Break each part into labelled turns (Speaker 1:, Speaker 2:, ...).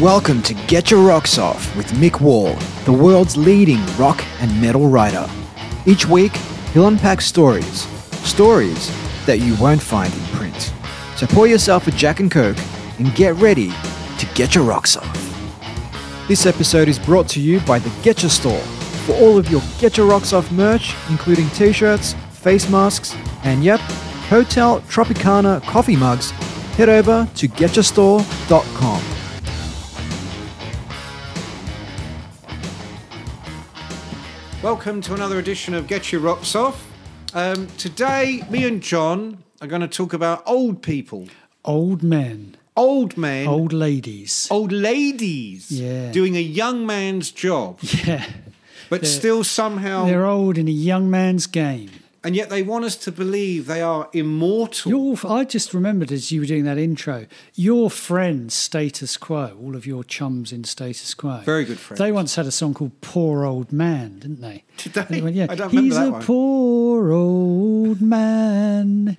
Speaker 1: Welcome to Get Your Rocks Off with Mick Wall, the world's leading rock and metal writer. Each week, he'll unpack stories, stories that you won't find in print. So pour yourself a Jack and Coke and get ready to get your rocks off. This episode is brought to you by the Getcha Store for all of your Get Your Rocks Off merch, including t shirts, face masks, and yep, Hotel Tropicana coffee mugs. Head over to getyourstore.com.
Speaker 2: Welcome to another edition of Get Your Rocks Off. Um, today, me and John are going to talk about old people,
Speaker 3: Old men,
Speaker 2: old men, old,
Speaker 3: old ladies.
Speaker 2: ladies
Speaker 3: Yeah.
Speaker 2: doing a young man's job,
Speaker 3: Yeah.
Speaker 2: but
Speaker 3: They're-
Speaker 2: still somehow,
Speaker 3: They're old in a young man's game.
Speaker 2: and yet they want us to believe they are immortal.
Speaker 3: Your, I just remembered as you were doing that intro, your friends Status Quo, all of your chums in Status Quo.
Speaker 2: Very good friends.
Speaker 3: They once had a song called Poor Old Man, didn't they?
Speaker 2: Did they?
Speaker 3: And went, yeah,
Speaker 2: I don't remember
Speaker 3: He's
Speaker 2: that
Speaker 3: a
Speaker 2: one."
Speaker 3: poor old man.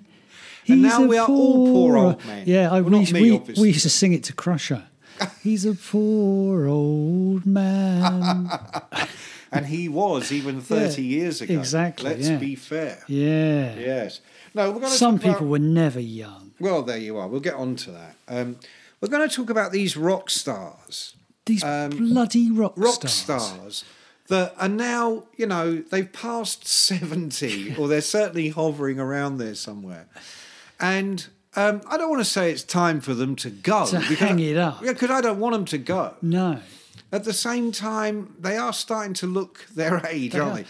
Speaker 3: He's
Speaker 2: And now
Speaker 3: a
Speaker 2: we are all poor old
Speaker 3: o-
Speaker 2: men.
Speaker 3: Yeah, I,
Speaker 2: Well,
Speaker 3: we,
Speaker 2: not me,
Speaker 3: we,
Speaker 2: obviously.
Speaker 3: we used to sing it to Crusher. He's a poor old man.
Speaker 2: And he was even 30
Speaker 3: Yeah,
Speaker 2: years ago.
Speaker 3: exactly,
Speaker 2: Let's
Speaker 3: yeah.
Speaker 2: be fair.
Speaker 3: Yeah.
Speaker 2: Yes. No, we're going to
Speaker 3: Some
Speaker 2: talk about-
Speaker 3: people were never young.
Speaker 2: Well, there you are. We'll get on to that. Um, we're going to talk about these rock stars.
Speaker 3: These
Speaker 2: Um,
Speaker 3: bloody rock,
Speaker 2: rock
Speaker 3: stars.
Speaker 2: stars. that are now, you know, they've passed 70 or they're certainly hovering around there somewhere. And um, I don't want to say it's time for them to go.
Speaker 3: To
Speaker 2: because
Speaker 3: hang
Speaker 2: I,
Speaker 3: it up.
Speaker 2: because I don't want them to go.
Speaker 3: No.
Speaker 2: At the same time, they are starting to look their age, aren't
Speaker 3: are.
Speaker 2: they?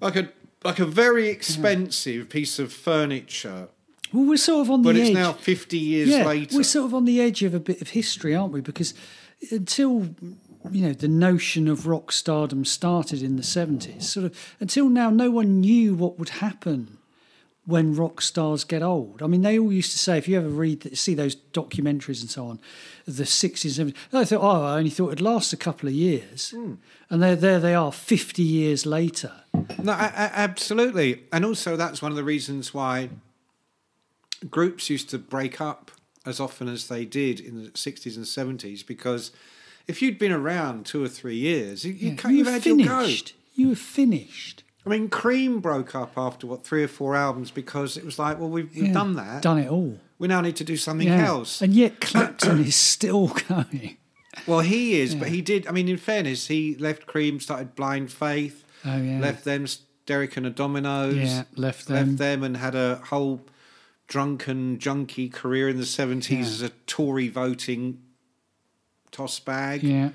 Speaker 2: Like a, like a very expensive piece of furniture,
Speaker 3: Well, we're sort of on
Speaker 2: but
Speaker 3: the
Speaker 2: it's
Speaker 3: edge.
Speaker 2: now 50 years
Speaker 3: yeah,
Speaker 2: later.
Speaker 3: we're sort of on the edge of a bit of history, aren't we? Because until you know the notion of rock stardom started in the seventies, sort of until now, no one knew what would happen when rock stars get old. I mean, they all used to say if you ever read see those documentaries and so on, of the sixties, seventies. I thought, oh, I only thought it'd last a couple of years,
Speaker 2: Hmm.
Speaker 3: and there, there they are, fifty years later.
Speaker 2: No, a- a- absolutely. And also, that's one of the reasons why groups used to break up as often as they did in the 60s and 70s because if you'd been around two or three years, you, you
Speaker 3: Yeah,
Speaker 2: can't, you've
Speaker 3: were
Speaker 2: had
Speaker 3: finished. You were finished.
Speaker 2: your go. I mean, Cream broke up after, what, three or four albums because it was like, well, we've, we've
Speaker 3: Yeah,
Speaker 2: done that.
Speaker 3: Done it all.
Speaker 2: We now need to do something
Speaker 3: Yeah.
Speaker 2: else.
Speaker 3: And yet Clapton is still going.
Speaker 2: Well, he is, but he did. I mean, in fairness, he left Cream, started Blind Faith,
Speaker 3: Oh, yeah.
Speaker 2: left them, s- Derek and the Dominoes,
Speaker 3: Yeah, left
Speaker 2: left
Speaker 3: them.
Speaker 2: them, and had a whole drunken, junky career in the seventies as a Tory voting toss bag.
Speaker 3: Yeah,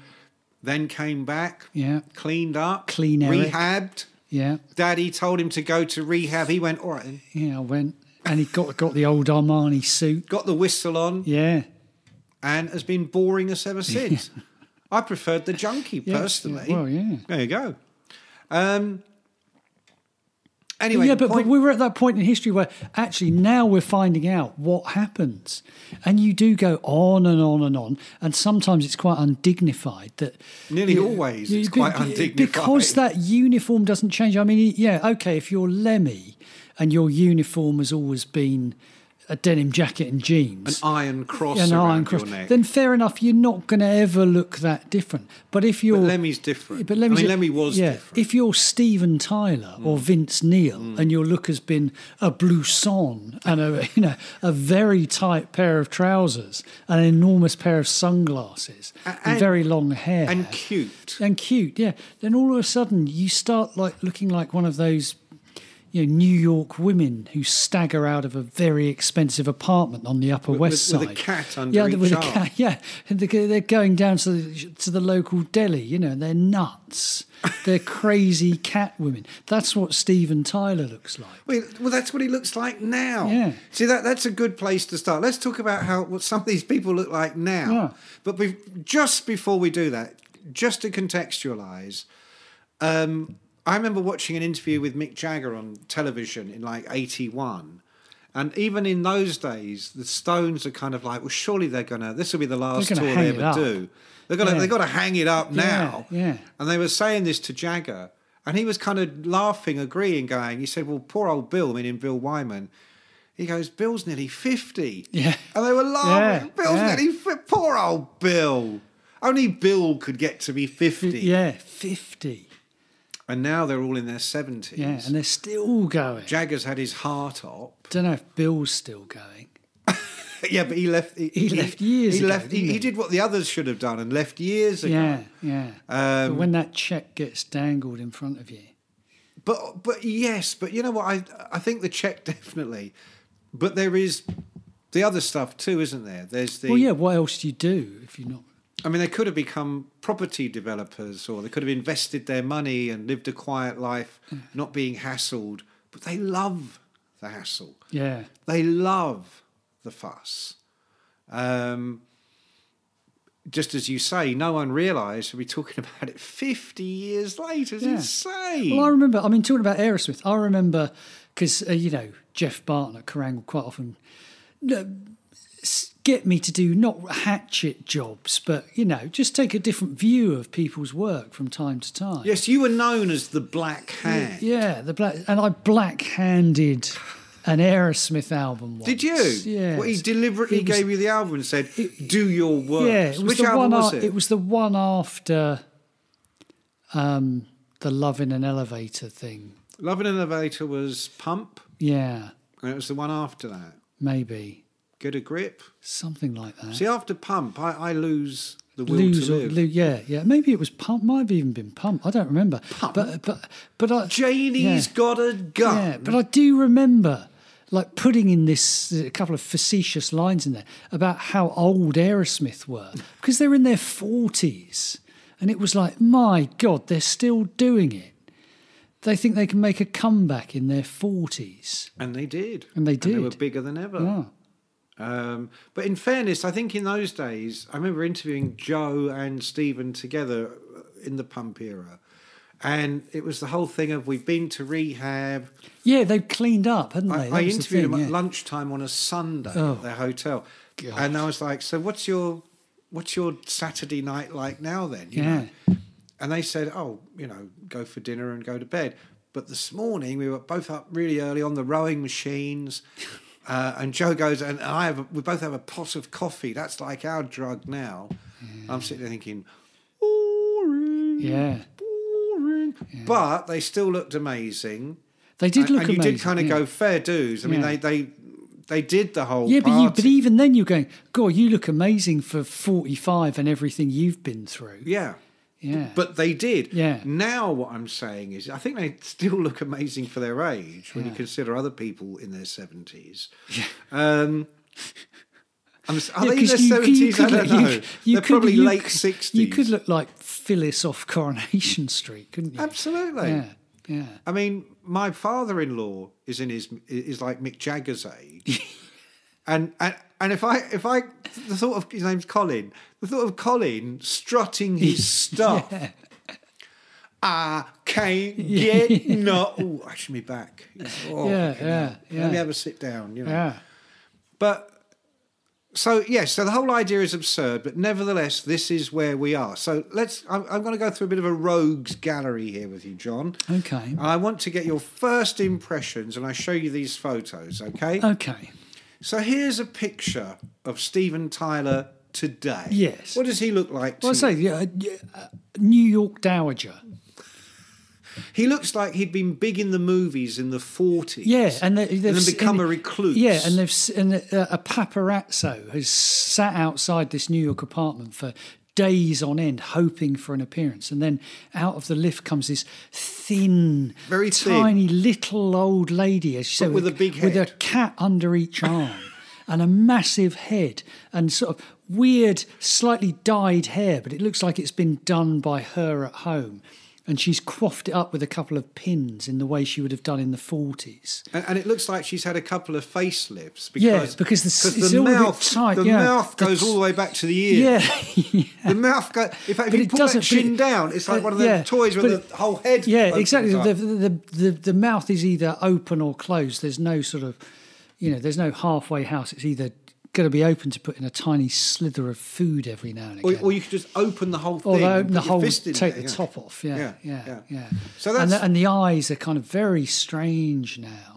Speaker 2: Then came back,
Speaker 3: yeah,
Speaker 2: cleaned up,
Speaker 3: Clean Eric.
Speaker 2: rehabbed.
Speaker 3: yeah,
Speaker 2: Daddy told him to go to rehab. He went all right. Then.
Speaker 3: yeah. I went and he got got the old Armani suit.
Speaker 2: Got the whistle on
Speaker 3: Yeah,
Speaker 2: and has been boring us ever since. I preferred the junkie
Speaker 3: yeah.
Speaker 2: personally.
Speaker 3: Well, yeah.
Speaker 2: There you go. Um,
Speaker 3: But
Speaker 2: anyway,
Speaker 3: yeah,
Speaker 2: the
Speaker 3: but, but
Speaker 2: point-
Speaker 3: we were at that point in history where actually now we're finding out what happens. And you do go on and on and on. And sometimes it's quite undignified that.
Speaker 2: Nearly always it's
Speaker 3: be-
Speaker 2: quite
Speaker 3: be-
Speaker 2: undignified.
Speaker 3: Because that uniform doesn't change. I mean, yeah, okay, if you're Lemmy and your uniform has always been a denim jacket and jeans.
Speaker 2: an iron cross
Speaker 3: an
Speaker 2: around
Speaker 3: iron cross,
Speaker 2: your neck.
Speaker 3: then fair enough. You're not going to ever look that different. But if you're
Speaker 2: Lemmy's different.
Speaker 3: but
Speaker 2: I
Speaker 3: Lemmy,
Speaker 2: mean, Lemmy was different. Mm.
Speaker 3: If you're Steven Tyler or Vince Neil, and your look has been a blouson and a you know a very tight pair of trousers, an enormous pair of sunglasses, and,
Speaker 2: and-
Speaker 3: very long hair,
Speaker 2: and cute.
Speaker 3: and cute, yeah. Then all of a sudden you start like looking like one of those you know, New York women who stagger out of a very expensive apartment on the Upper West
Speaker 2: with-
Speaker 3: Side.
Speaker 2: with a cat under
Speaker 3: yeah,
Speaker 2: each
Speaker 3: with a
Speaker 2: arm.
Speaker 3: cat, yeah. And they go- they're going down to the, to the local deli, you know, and they're nuts. They're crazy cat women. That's what Steven Tyler looks like.
Speaker 2: Well, well, that's what he looks like now.
Speaker 3: Yeah.
Speaker 2: See, that that's a good place to start. Let's talk about how what some of these people look like now.
Speaker 3: Yeah.
Speaker 2: But we just before we do that, just to contextualize, um, I remember watching an interview with Mick Jagger on television in like '81. And even in those days, the Stones are kind of like, well, surely they're gonna. This will be the last
Speaker 3: gonna
Speaker 2: tour
Speaker 3: hang
Speaker 2: they
Speaker 3: it
Speaker 2: ever
Speaker 3: up.
Speaker 2: do. They're gonna,
Speaker 3: Yeah.
Speaker 2: they've got to hang it up
Speaker 3: Yeah,
Speaker 2: now.
Speaker 3: yeah.
Speaker 2: And they were saying this to Jagger, And he was kind of laughing, agreeing, going, he said, Well, poor old Bill, meaning Bill Wyman. He goes, Bill's nearly 50.
Speaker 3: Yeah.
Speaker 2: And they were laughing.
Speaker 3: Yeah,
Speaker 2: Bill's
Speaker 3: yeah.
Speaker 2: nearly fi- Poor old Bill. Only Bill could get to be 50.
Speaker 3: Yeah, 50.
Speaker 2: And now they're all in their 70s.
Speaker 3: Yeah, and they're still going.
Speaker 2: Jagger's had his heart up.
Speaker 3: Don't know if Bill's still going.
Speaker 2: yeah, but he left.
Speaker 3: He left years
Speaker 2: he
Speaker 3: ago,
Speaker 2: Left, he,
Speaker 3: didn't
Speaker 2: he
Speaker 3: he?
Speaker 2: did what the others should have done and left years ago.
Speaker 3: Yeah, yeah.
Speaker 2: Um,
Speaker 3: but when that check gets dangled in front of you,
Speaker 2: But but yes, but you know what? I I think the check definitely. But there is the other stuff too, isn't there? There's the.
Speaker 3: well, yeah. What else do you do if you're not?
Speaker 2: I mean, they could have become property developers, or they could have invested their money and lived a quiet life,
Speaker 3: Mm.
Speaker 2: not being hassled. But they love the hassle.
Speaker 3: Yeah,
Speaker 2: They love the fuss. Um, just as you say, no one realised we'll be talking about it 50 years later. It's
Speaker 3: Yeah.
Speaker 2: insane.
Speaker 3: Well, I remember. I mean, talking about Aerosmith, I remember because uh, you know Jeff Barton at Kerrang quite often no, s- get me to do not hatchet jobs, but you know, just take a different view of people's work from time to time.
Speaker 2: Yes, you were known as the Black Hand.
Speaker 3: yeah. The black and I black-handed an Aerosmith album. Once.
Speaker 2: Did you?
Speaker 3: Yeah.
Speaker 2: Well, he deliberately
Speaker 3: It was-
Speaker 2: gave you the album and said, "Do your work."
Speaker 3: Yeah, it was
Speaker 2: Which
Speaker 3: the
Speaker 2: album
Speaker 3: one.
Speaker 2: was
Speaker 3: a-
Speaker 2: it?
Speaker 3: was the one after, um, the love in an elevator thing.
Speaker 2: Love in an Elevator was Pump,
Speaker 3: Yeah,
Speaker 2: and it was the one after that.
Speaker 3: maybe
Speaker 2: Get a grip.
Speaker 3: something like that.
Speaker 2: See, after Pump, I, I lose the will
Speaker 3: lose
Speaker 2: to
Speaker 3: or
Speaker 2: live.
Speaker 3: lo- yeah, yeah. Maybe it was pump. Might have even been pump. I don't remember. But but but I,
Speaker 2: Janie's
Speaker 3: yeah.
Speaker 2: got a gun.
Speaker 3: Yeah, but I do remember like putting in this a couple of facetious lines in there about how old Aerosmith were because they're in their forties, and it was like, my God, they're still doing it. They think they can make a comeback in their forties.
Speaker 2: and they did.
Speaker 3: And they
Speaker 2: they were
Speaker 3: did.
Speaker 2: bigger than ever.
Speaker 3: Yeah,
Speaker 2: Um, but in fairness, I think in those days, I remember interviewing Joe and Stephen together in the Pump era, and it was the whole thing of we've been to rehab.
Speaker 3: yeah, they've cleaned up, haven't
Speaker 2: I,
Speaker 3: they?
Speaker 2: I
Speaker 3: That was the
Speaker 2: interviewed
Speaker 3: thing,
Speaker 2: them at
Speaker 3: yeah.
Speaker 2: lunchtime on a Sunday
Speaker 3: Oh.
Speaker 2: at their hotel, and I was like, "So what's your what's your Saturday night like now then?" you know? And they said, "Oh, you know, go for dinner and go to bed." But this morning we were both up really early on the rowing machines. Uh, and Joe goes, and I have. A, we both have a pot of coffee. That's like our drug now. I'm sitting there thinking, boring,
Speaker 3: Yeah.
Speaker 2: boring. But they still looked amazing
Speaker 3: They did look
Speaker 2: and you
Speaker 3: amazing.
Speaker 2: did kind of
Speaker 3: yeah.
Speaker 2: go fair dues. I mean,
Speaker 3: Yeah.
Speaker 2: they they they did the whole
Speaker 3: Yeah, but, you, but
Speaker 2: party.
Speaker 3: even then you're going, God, you look amazing for 45 and everything you've been through.
Speaker 2: yeah.
Speaker 3: Yeah.
Speaker 2: But they did.
Speaker 3: Yeah.
Speaker 2: Now what I'm saying is, I think they still look amazing for their age when you consider other people in their seventies. Yeah. Um, I'm, s- are
Speaker 3: Yeah,
Speaker 2: they in
Speaker 3: 'cause
Speaker 2: their
Speaker 3: you- you
Speaker 2: seventies? I
Speaker 3: could
Speaker 2: don't
Speaker 3: look-
Speaker 2: know.
Speaker 3: you- you
Speaker 2: They're
Speaker 3: could-
Speaker 2: probably
Speaker 3: you
Speaker 2: late
Speaker 3: could-
Speaker 2: sixties.
Speaker 3: You could look like Phyllis off Coronation Street, couldn't you?
Speaker 2: absolutely.
Speaker 3: Yeah, yeah.
Speaker 2: I mean, my father-in-law is in his is like Mick Jagger's age, and and and if I if I the thought of his name's Colin, the thought of Colin strutting his stuff. I can't get no. Ooh, I should be back. Oh,
Speaker 3: Yeah,
Speaker 2: fucking
Speaker 3: yeah,
Speaker 2: hell. Let me
Speaker 3: yeah.
Speaker 2: have a sit down. You know.
Speaker 3: Yeah.
Speaker 2: But so yes, so the whole idea is absurd, but nevertheless, this is where we are. So let's. I'm, I'm going to go through a bit of a rogues gallery here with you, John.
Speaker 3: Oh, Okay.
Speaker 2: And I want to get your first impressions, and I show you these photos. Okay.
Speaker 3: Okay.
Speaker 2: so here's a picture of Steven Tyler today.
Speaker 3: Yes.
Speaker 2: What does he look like? To
Speaker 3: Well, I
Speaker 2: you?
Speaker 3: say, yeah, uh, New York Dowager.
Speaker 2: He looks like he'd been big in the movies in the 40s.
Speaker 3: Yeah, and, they, they've
Speaker 2: then
Speaker 3: s-
Speaker 2: become a recluse.
Speaker 3: Yeah, and they've s- and uh, a paparazzo has sat outside this New York apartment for days on end, hoping for an appearance, and then out of the lift comes this thin,
Speaker 2: Very thin.
Speaker 3: tiny little old lady, as you say,
Speaker 2: with a big
Speaker 3: with a
Speaker 2: head.
Speaker 3: cat under each arm, and a massive head, and sort of. Weird, slightly dyed hair, but it looks like it's been done by her at home. And she's coiffed it up with a couple of pins in the way she would have done in the 40s.
Speaker 2: And, and it looks like she's had a couple of facelifts because
Speaker 3: Yeah, because the s- it's all a bit tight,
Speaker 2: the
Speaker 3: yeah.
Speaker 2: mouth
Speaker 3: The
Speaker 2: goes
Speaker 3: t-
Speaker 2: all the way back to the ear.
Speaker 3: Yeah.
Speaker 2: The mouth goes. In fact, if you
Speaker 3: it
Speaker 2: pull that
Speaker 3: doesn't- but
Speaker 2: chin
Speaker 3: it-
Speaker 2: down, it's like
Speaker 3: uh,
Speaker 2: one of those
Speaker 3: yeah,
Speaker 2: toys where
Speaker 3: but-
Speaker 2: the whole head.
Speaker 3: Yeah,
Speaker 2: opens
Speaker 3: exactly.
Speaker 2: up.
Speaker 3: The, the, the, the mouth is either open or closed. There's no sort of, you know, there's no halfway house. It's either going to be open to putting a tiny slither of food every now and
Speaker 2: Or,
Speaker 3: again.
Speaker 2: or you could just open the whole thing.
Speaker 3: Or they
Speaker 2: and
Speaker 3: open
Speaker 2: put
Speaker 3: the
Speaker 2: your
Speaker 3: whole,
Speaker 2: fist in
Speaker 3: take
Speaker 2: there,
Speaker 3: the
Speaker 2: yeah.
Speaker 3: top off. Yeah,
Speaker 2: Yeah,
Speaker 3: yeah, yeah.
Speaker 2: yeah. So
Speaker 3: and
Speaker 2: that's-
Speaker 3: the, and the eyes are kind of very strange now.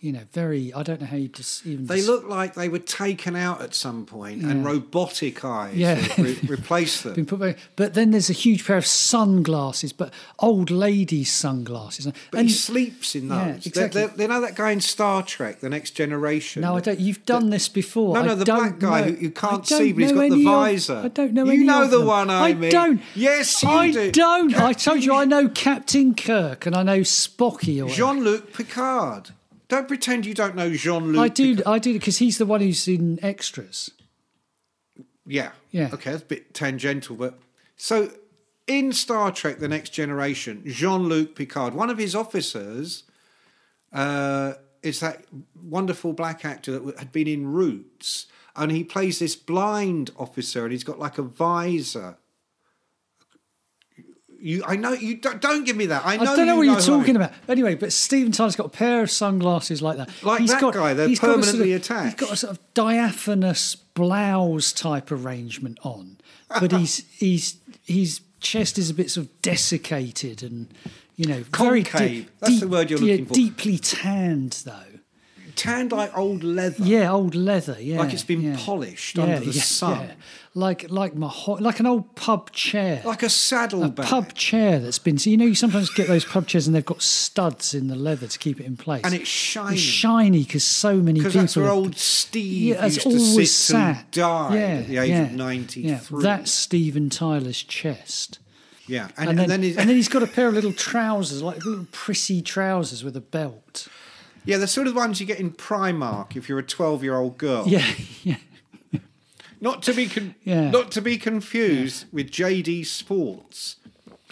Speaker 3: You know, very. I don't know how you just even.
Speaker 2: They
Speaker 3: des-
Speaker 2: look like they were taken out at some point and
Speaker 3: Yeah.
Speaker 2: robotic eyes
Speaker 3: Yeah.
Speaker 2: have re- replaced them.
Speaker 3: been put back. But then there's a huge pair of sunglasses, but old lady sunglasses.
Speaker 2: But he sleeps in those.
Speaker 3: Yeah,
Speaker 2: They're- they're-
Speaker 3: exactly.
Speaker 2: you know that guy in Star Trek, The Next Generation?
Speaker 3: No, I don't. You've done this before.
Speaker 2: No, no,
Speaker 3: I
Speaker 2: the black
Speaker 3: don't
Speaker 2: guy
Speaker 3: know-
Speaker 2: who you
Speaker 3: I
Speaker 2: can't
Speaker 3: don't
Speaker 2: see, but he's
Speaker 3: know
Speaker 2: got the
Speaker 3: any of-
Speaker 2: visor.
Speaker 3: I don't know
Speaker 2: You
Speaker 3: any
Speaker 2: know
Speaker 3: of
Speaker 2: the
Speaker 3: them.
Speaker 2: one I mean.
Speaker 3: don't.
Speaker 2: Yes, you
Speaker 3: I
Speaker 2: do.
Speaker 3: don't. I told you I know Captain Kirk and I know Spocky. Or whatever.
Speaker 2: Jean Luc Picard. Don't pretend you don't know Jean Luc.
Speaker 3: I do. I do because he's the one who's in extras.
Speaker 2: Yeah.
Speaker 3: Yeah.
Speaker 2: Okay, that's a bit tangential, but so in Star Trek: The Next Generation, Jean-Luc Picard, one of his officers, uh, is that wonderful black actor that w- had been in Roots, and he plays this blind officer, and he's got like a visor. You, I know you. Don't, don't give me that. I,
Speaker 3: I
Speaker 2: know
Speaker 3: don't know
Speaker 2: you
Speaker 3: what you're
Speaker 2: who I-
Speaker 3: talking about. Anyway, but Stephen Tyler's got a pair of sunglasses like that.
Speaker 2: Like that guy, they're
Speaker 3: he's got a sort of-
Speaker 2: permanently attached.
Speaker 3: He's got a sort of diaphanous blouse type arrangement on, but he's he's his chest is a bit sort of desiccated and you know very deep-
Speaker 2: Concave. That's the
Speaker 3: deep-
Speaker 2: word you're
Speaker 3: yeah,
Speaker 2: looking for.
Speaker 3: Deeply tanned though.
Speaker 2: Tanned like old leather.
Speaker 3: Yeah, old leather. Yeah,
Speaker 2: Like it's been
Speaker 3: yeah.
Speaker 2: polished under the sun.
Speaker 3: Like like my like an old pub chair.
Speaker 2: Like a saddlebag.
Speaker 3: pub chair that's been. So you know, you sometimes get those pub chairs and they've got studs in the leather to keep it in place.
Speaker 2: And it's shiny.
Speaker 3: It's shiny because so many people.
Speaker 2: Because that's where
Speaker 3: have-
Speaker 2: old Steve
Speaker 3: yeah, that's
Speaker 2: used to sit
Speaker 3: always
Speaker 2: and
Speaker 3: sat.
Speaker 2: die
Speaker 3: yeah,
Speaker 2: at the age
Speaker 3: yeah,
Speaker 2: of 93.
Speaker 3: Yeah, that's Stephen Tyler's chest.
Speaker 2: yeah. And,
Speaker 3: And, then,
Speaker 2: he's,
Speaker 3: and then he's got a pair of little trousers, like little prissy trousers with a belt.
Speaker 2: yeah, the sort of ones you get in Primark if you're a 12 year old girl.
Speaker 3: Yeah, yeah.
Speaker 2: Not to be con-
Speaker 3: Yeah.
Speaker 2: not to be confused with JD Sports.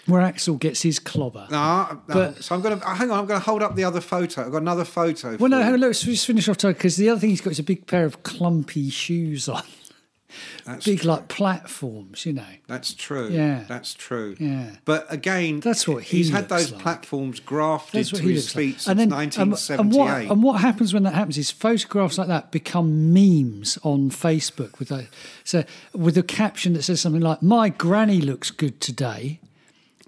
Speaker 3: Where Axel gets his clobber.
Speaker 2: Ah, no.
Speaker 3: But-
Speaker 2: so I'm going to hang on. I'm going to hold up the other photo. I've got another photo.
Speaker 3: Well, no,
Speaker 2: for
Speaker 3: hang
Speaker 2: you.
Speaker 3: on, let's just finish off because the other thing he's got is a big pair of clumpy shoes on,
Speaker 2: That's
Speaker 3: big
Speaker 2: true.
Speaker 3: like platforms, you know.
Speaker 2: That's true.
Speaker 3: Yeah.
Speaker 2: that's true.
Speaker 3: Yeah.
Speaker 2: but again,
Speaker 3: That's what he
Speaker 2: he's had
Speaker 3: looks
Speaker 2: those
Speaker 3: like.
Speaker 2: platforms grafted
Speaker 3: That's
Speaker 2: to
Speaker 3: what he
Speaker 2: his
Speaker 3: looks like.
Speaker 2: feet since
Speaker 3: and
Speaker 2: 1978.
Speaker 3: what and what happens when that happens is photographs like that become memes on Facebook with a so with a caption that says something like "My granny looks good today."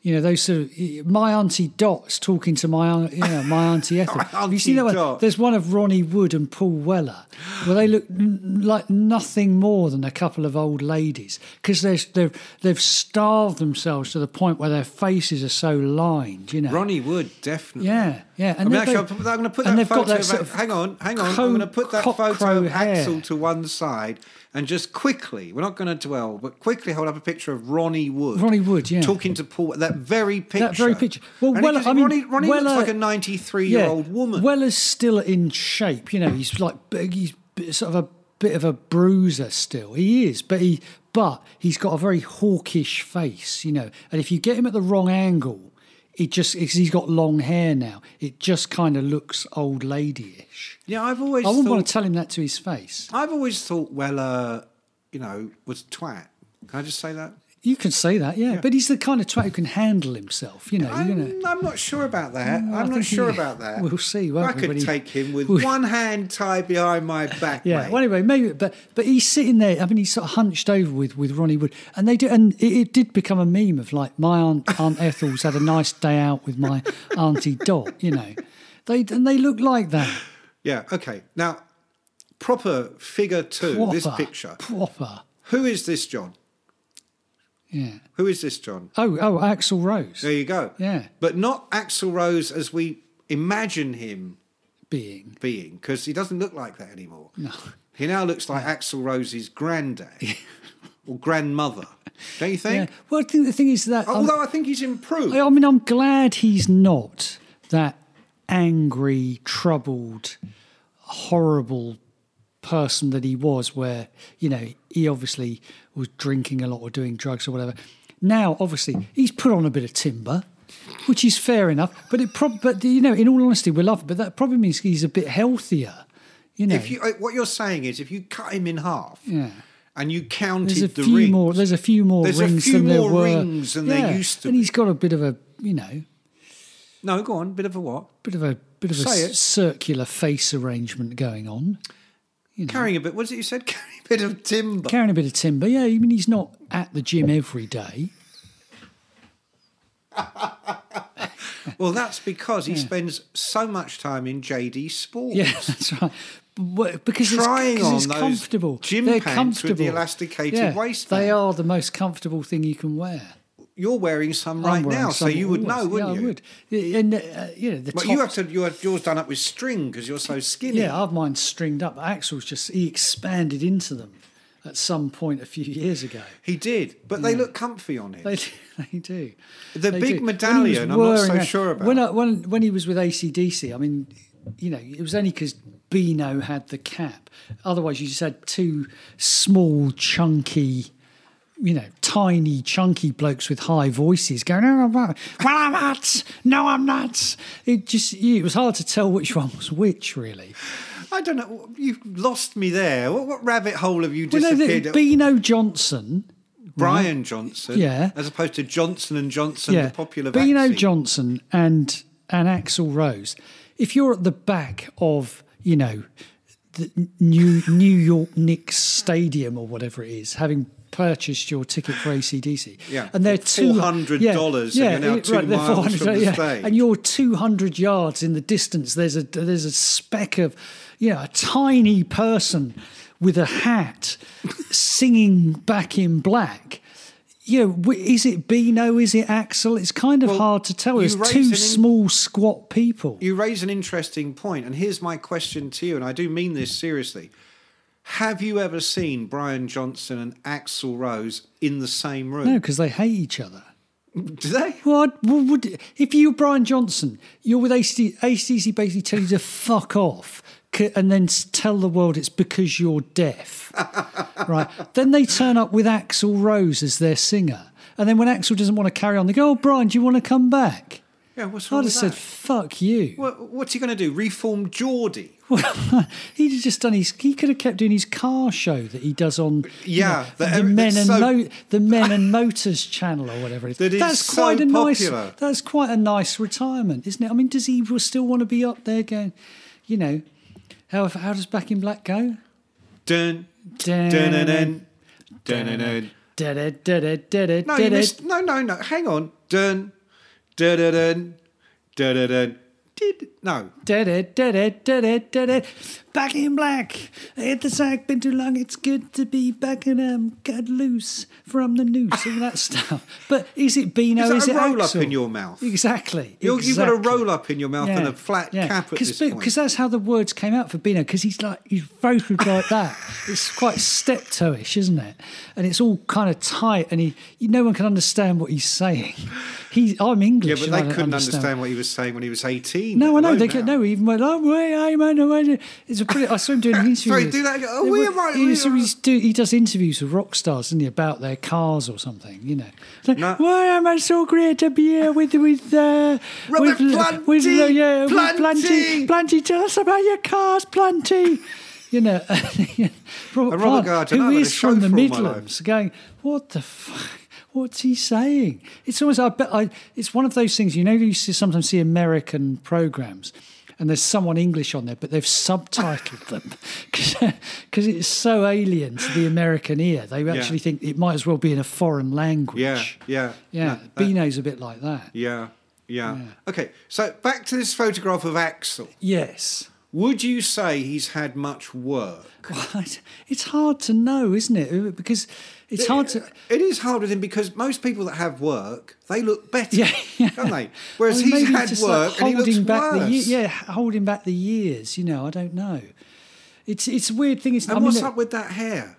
Speaker 3: You know those sort of my auntie Dot's talking to my aunt- you know my auntie Ethel. Have you
Speaker 2: Auntie
Speaker 3: seen that one?
Speaker 2: Dot.
Speaker 3: There's one of Ronnie Wood and Paul Weller where they look n- like nothing more than a couple of old ladies because they've they've they've starved themselves to the point where their faces are so lined. You know,
Speaker 2: Ronnie Wood definitely.
Speaker 3: yeah, yeah. And
Speaker 2: I mean,
Speaker 3: they've
Speaker 2: actually,
Speaker 3: got-
Speaker 2: I'm going to put that
Speaker 3: and they've got
Speaker 2: photo.
Speaker 3: that
Speaker 2: of,
Speaker 3: sort of
Speaker 2: hang on, hang on.
Speaker 3: co-
Speaker 2: I'm going to put that photo
Speaker 3: cockcrow
Speaker 2: of
Speaker 3: hair.
Speaker 2: Axel to one side and just quickly. We're not going to dwell, but quickly hold up a picture of Ronnie Wood.
Speaker 3: Ronnie Wood, yeah.
Speaker 2: talking to Paul. That very picture.
Speaker 3: That very picture. Well,
Speaker 2: And it
Speaker 3: Weller-
Speaker 2: just-
Speaker 3: I mean, uh,
Speaker 2: Ronnie, Ronnie
Speaker 3: Weller-
Speaker 2: looks like a 93 year old woman.
Speaker 3: Weller's still in shape. You know, he's like big- he's b- sort of a bit of a bruiser still. He is, but he but he's got a very hawkish face. You know, and if you get him at the wrong angle, it just 'cause he's got long hair now. It just kind of looks old ladyish.
Speaker 2: yeah, I've always.
Speaker 3: I wouldn't
Speaker 2: thought,
Speaker 3: want to tell him that to his face.
Speaker 2: I've always thought Weller, you know, was twat. Can I just say that?
Speaker 3: You can say that, yeah, but he's the kind of twat who can handle himself. You know, you're gonna. Mm,
Speaker 2: I'm, I'm not sure about that.
Speaker 3: I
Speaker 2: I'm not
Speaker 3: think he-
Speaker 2: sure about that.
Speaker 3: We'll see, won't
Speaker 2: I
Speaker 3: we,
Speaker 2: could
Speaker 3: when he-
Speaker 2: take him with
Speaker 3: we-
Speaker 2: one hand tied behind my back.
Speaker 3: Yeah.
Speaker 2: mate.
Speaker 3: Well, anyway, maybe, but but he's sitting there. I mean, he's sort of hunched over with with Ronnie Wood, and they do, and it, it did become a meme of like my aunt Aunt Ethel's had a nice day out with my auntie Dot. You know, they and they look like that.
Speaker 2: Yeah, okay. Now, proper figure two,
Speaker 3: Proper,
Speaker 2: this picture.
Speaker 3: proper.
Speaker 2: Who is this, John?
Speaker 3: Yeah.
Speaker 2: Who is this, John?
Speaker 3: Oh, oh, Axel Rose
Speaker 2: There you go.
Speaker 3: Yeah.
Speaker 2: But not Axel Rose as we imagine him
Speaker 3: being.
Speaker 2: being, because he doesn't look like that anymore. No. He now looks like Axel Rose's granddad or grandmother. Don't you
Speaker 3: Yeah.
Speaker 2: think?
Speaker 3: Well, I think the thing is that um,
Speaker 2: Although I think he's improved.
Speaker 3: I, I mean, I'm glad he's not that angry, troubled, horrible person that he was, where, you know, he obviously was drinking a lot or doing drugs or whatever. Now, obviously, he's put on a bit of timber. Which is fair enough, but it prob- but you know, in all honesty, we love. But that probably means he's a bit healthier, you know.
Speaker 2: if you, uh, what you're saying is, if you cut him in half
Speaker 3: Yeah.
Speaker 2: and you counted
Speaker 3: there's a
Speaker 2: the
Speaker 3: few
Speaker 2: rings,
Speaker 3: more. There's a few more
Speaker 2: There's a
Speaker 3: rings
Speaker 2: few
Speaker 3: than
Speaker 2: more
Speaker 3: there were.
Speaker 2: rings than there
Speaker 3: Yeah,
Speaker 2: used to
Speaker 3: and
Speaker 2: be.
Speaker 3: he's got a bit of a, you know,
Speaker 2: no, go on, bit of a what?
Speaker 3: bit of a bit of a
Speaker 2: Say
Speaker 3: s-
Speaker 2: it.
Speaker 3: circular face arrangement going on. you know,
Speaker 2: Carrying a bit, what is it you said? Carrying a bit of timber.
Speaker 3: carrying a bit of timber. Yeah, I mean, he's not at the gym every day.
Speaker 2: well, that's because he spends so much time in JD Sports.
Speaker 3: Yeah, that's right. But wh- Because
Speaker 2: Trying
Speaker 3: it's, 'cause
Speaker 2: on
Speaker 3: it's
Speaker 2: those
Speaker 3: comfortable.
Speaker 2: gym
Speaker 3: They're
Speaker 2: pants
Speaker 3: comfortable.
Speaker 2: with the elasticated
Speaker 3: yeah,
Speaker 2: waistband.
Speaker 3: They are the most comfortable thing you can wear.
Speaker 2: You're wearing some
Speaker 3: I'm
Speaker 2: right
Speaker 3: wearing
Speaker 2: now, so
Speaker 3: some
Speaker 2: you would
Speaker 3: always.
Speaker 2: know, wouldn't
Speaker 3: yeah,
Speaker 2: you?
Speaker 3: I would. Yeah, And uh, you know, the
Speaker 2: But
Speaker 3: top,
Speaker 2: you have to, you have yours done up with string because you're so skinny.
Speaker 3: Yeah, I've mine stringed up. Axel's just he expanded into them at some point a few years ago.
Speaker 2: He did, but they look comfy on him.
Speaker 3: They do. They do.
Speaker 2: The
Speaker 3: They
Speaker 2: big
Speaker 3: do. When he was
Speaker 2: medallion, I'm not so
Speaker 3: wearing that-
Speaker 2: sure about.
Speaker 3: When, I, when, when he was with ACDC, I mean, you know, it was only because Beano had the cap. Otherwise, you just had two small, chunky, you know, tiny, chunky blokes with high voices going, oh, well, well, I'm nuts. No, I'm nuts. It just, it was hard to tell which one was which, really.
Speaker 2: I don't know. You've lost me there. What, what rabbit hole have you
Speaker 3: Well, no,
Speaker 2: disappeared?
Speaker 3: the, Beano Johnson.
Speaker 2: Brian Johnson,
Speaker 3: Yeah.
Speaker 2: as opposed to Johnson and Johnson, the popular
Speaker 3: But you know
Speaker 2: vaccine.
Speaker 3: Johnson and and Axel Rose. If you're at the back of you know the New New York Knicks stadium or whatever it is, having purchased your ticket for ACDC,
Speaker 2: Yeah,
Speaker 3: and they're
Speaker 2: for
Speaker 3: two
Speaker 2: $400 and you're now two
Speaker 3: they're
Speaker 2: miles from
Speaker 3: 400,
Speaker 2: the stage.
Speaker 3: and you're two hundred yards in the distance. There's a there's a speck of you know a tiny person with a hat singing back in black you know, w- is it Beano? Is it Axel? It's kind of
Speaker 2: Well,
Speaker 3: hard to tell.
Speaker 2: you
Speaker 3: It's
Speaker 2: raise
Speaker 3: two
Speaker 2: an in-
Speaker 3: small, squat people.
Speaker 2: You raise an interesting point, and here's my question to you, and I do mean this seriously. Have you ever seen Brian Johnson and Axl Rose in the same room?
Speaker 3: No, because they hate each other.
Speaker 2: Do they?
Speaker 3: Well, I'd, well, would if you were Brian Johnson, you're with AC, ACC basically tell you to fuck off c- and then s- tell the world it's because you're deaf. right. Then they turn up with Axel Rose as their singer. And then when Axel doesn't want to carry on, they go, Oh, Brian, do you want to come back?
Speaker 2: Yeah, what's wrong
Speaker 3: I'd have
Speaker 2: with
Speaker 3: said,
Speaker 2: that?
Speaker 3: Fuck you.
Speaker 2: What, what's he going to do? Reform Geordie?
Speaker 3: Well, he'd have just done his. He could have kept doing his car show that he does on you
Speaker 2: Yeah,
Speaker 3: know,
Speaker 2: that-
Speaker 3: the men and
Speaker 2: it's so-
Speaker 3: Mo- the men and motors channel or whatever it is.
Speaker 2: That is
Speaker 3: that's
Speaker 2: so
Speaker 3: quite a
Speaker 2: popular.
Speaker 3: nice. That's quite a nice retirement, isn't it? I mean, does he still want to be up there going? You know, how how does Back in Black go?
Speaker 2: Dun,
Speaker 3: Dun,
Speaker 2: dun, dun, dun, dun, dun, dun.
Speaker 3: da-da, da-da, da-da,
Speaker 2: No, you
Speaker 3: da-da.
Speaker 2: missed. No, no, no. Hang on. Dun, dun, dun, dun, dun, dun, dun. Did no.
Speaker 3: Da-da, da-da, da-da, da-da. Back in black. I hit the sack, been too long. It's good to be back and um, cut loose from the noose, all that stuff. But is it Beano?
Speaker 2: Is that
Speaker 3: is
Speaker 2: a
Speaker 3: it
Speaker 2: roll
Speaker 3: Axel?
Speaker 2: up in your mouth?
Speaker 3: Exactly.
Speaker 2: You're, You've got a
Speaker 3: exactly.
Speaker 2: roll up in your mouth and a flat cap at
Speaker 3: Cause,
Speaker 2: this
Speaker 3: be-
Speaker 2: point.
Speaker 3: 'cause that's how the words came out for Beano, because he's like, he's voted like that. It's quite steptoeish, isn't it? And it's all kind of tight, and he, you, no one can understand what he's saying. He, I'm
Speaker 2: yeah,
Speaker 3: English.
Speaker 2: but
Speaker 3: and I
Speaker 2: they
Speaker 3: don't
Speaker 2: couldn't
Speaker 3: understand
Speaker 2: understand what he was saying when he was 18.
Speaker 3: no, I
Speaker 2: let
Speaker 3: know
Speaker 2: alone
Speaker 3: they get
Speaker 2: now.
Speaker 3: no. Even went, oh, wait, I'm on the way." It's a brilliant. I saw him doing an interview.
Speaker 2: Sorry,
Speaker 3: with-
Speaker 2: do that again. Oh,
Speaker 3: Yeah,
Speaker 2: we
Speaker 3: well,
Speaker 2: are right,
Speaker 3: He,
Speaker 2: we
Speaker 3: so
Speaker 2: are
Speaker 3: he's do, he does interviews with rock stars, doesn't he, about their cars or something? You know, It's like,
Speaker 2: No.
Speaker 3: why am I so great to be here with with uh,
Speaker 2: Robert
Speaker 3: with, with uh,
Speaker 2: Planty!
Speaker 3: yeah, with
Speaker 2: Planty!
Speaker 3: Planty, Planty, tell us about your cars, Planty. You know, Robert
Speaker 2: And Robert
Speaker 3: Plant,
Speaker 2: Garton, I've
Speaker 3: who
Speaker 2: had a
Speaker 3: is
Speaker 2: show
Speaker 3: from the
Speaker 2: for all my life.
Speaker 3: Midlands, it's going, what the fuck? What's he saying? It's almost, I bet, I, it's one of those things, you know, you see, sometimes see American programs and there's someone English on there, but they've subtitled them because it's so alien to the American ear. They actually think it might as well be in a foreign language.
Speaker 2: Yeah, yeah.
Speaker 3: Yeah.
Speaker 2: no, that-
Speaker 3: Beano's a bit like that.
Speaker 2: yeah, yeah. Okay, so back to this photograph of Axel.
Speaker 3: Yes.
Speaker 2: Would you say he's had much work?
Speaker 3: What? It's hard to know, isn't it? Because it's hard to.
Speaker 2: It uh, is hard with him because most people that have work, they look better,
Speaker 3: Yeah, yeah.
Speaker 2: don't they? Whereas
Speaker 3: Or
Speaker 2: he's
Speaker 3: Oh, maybe
Speaker 2: had
Speaker 3: just, like,
Speaker 2: work and he looks
Speaker 3: back
Speaker 2: worse.
Speaker 3: The ye- yeah, holding back the years. You know, I don't know. It's it's a weird thing. It's
Speaker 2: And
Speaker 3: I mean,
Speaker 2: what's
Speaker 3: look,
Speaker 2: up with that hair?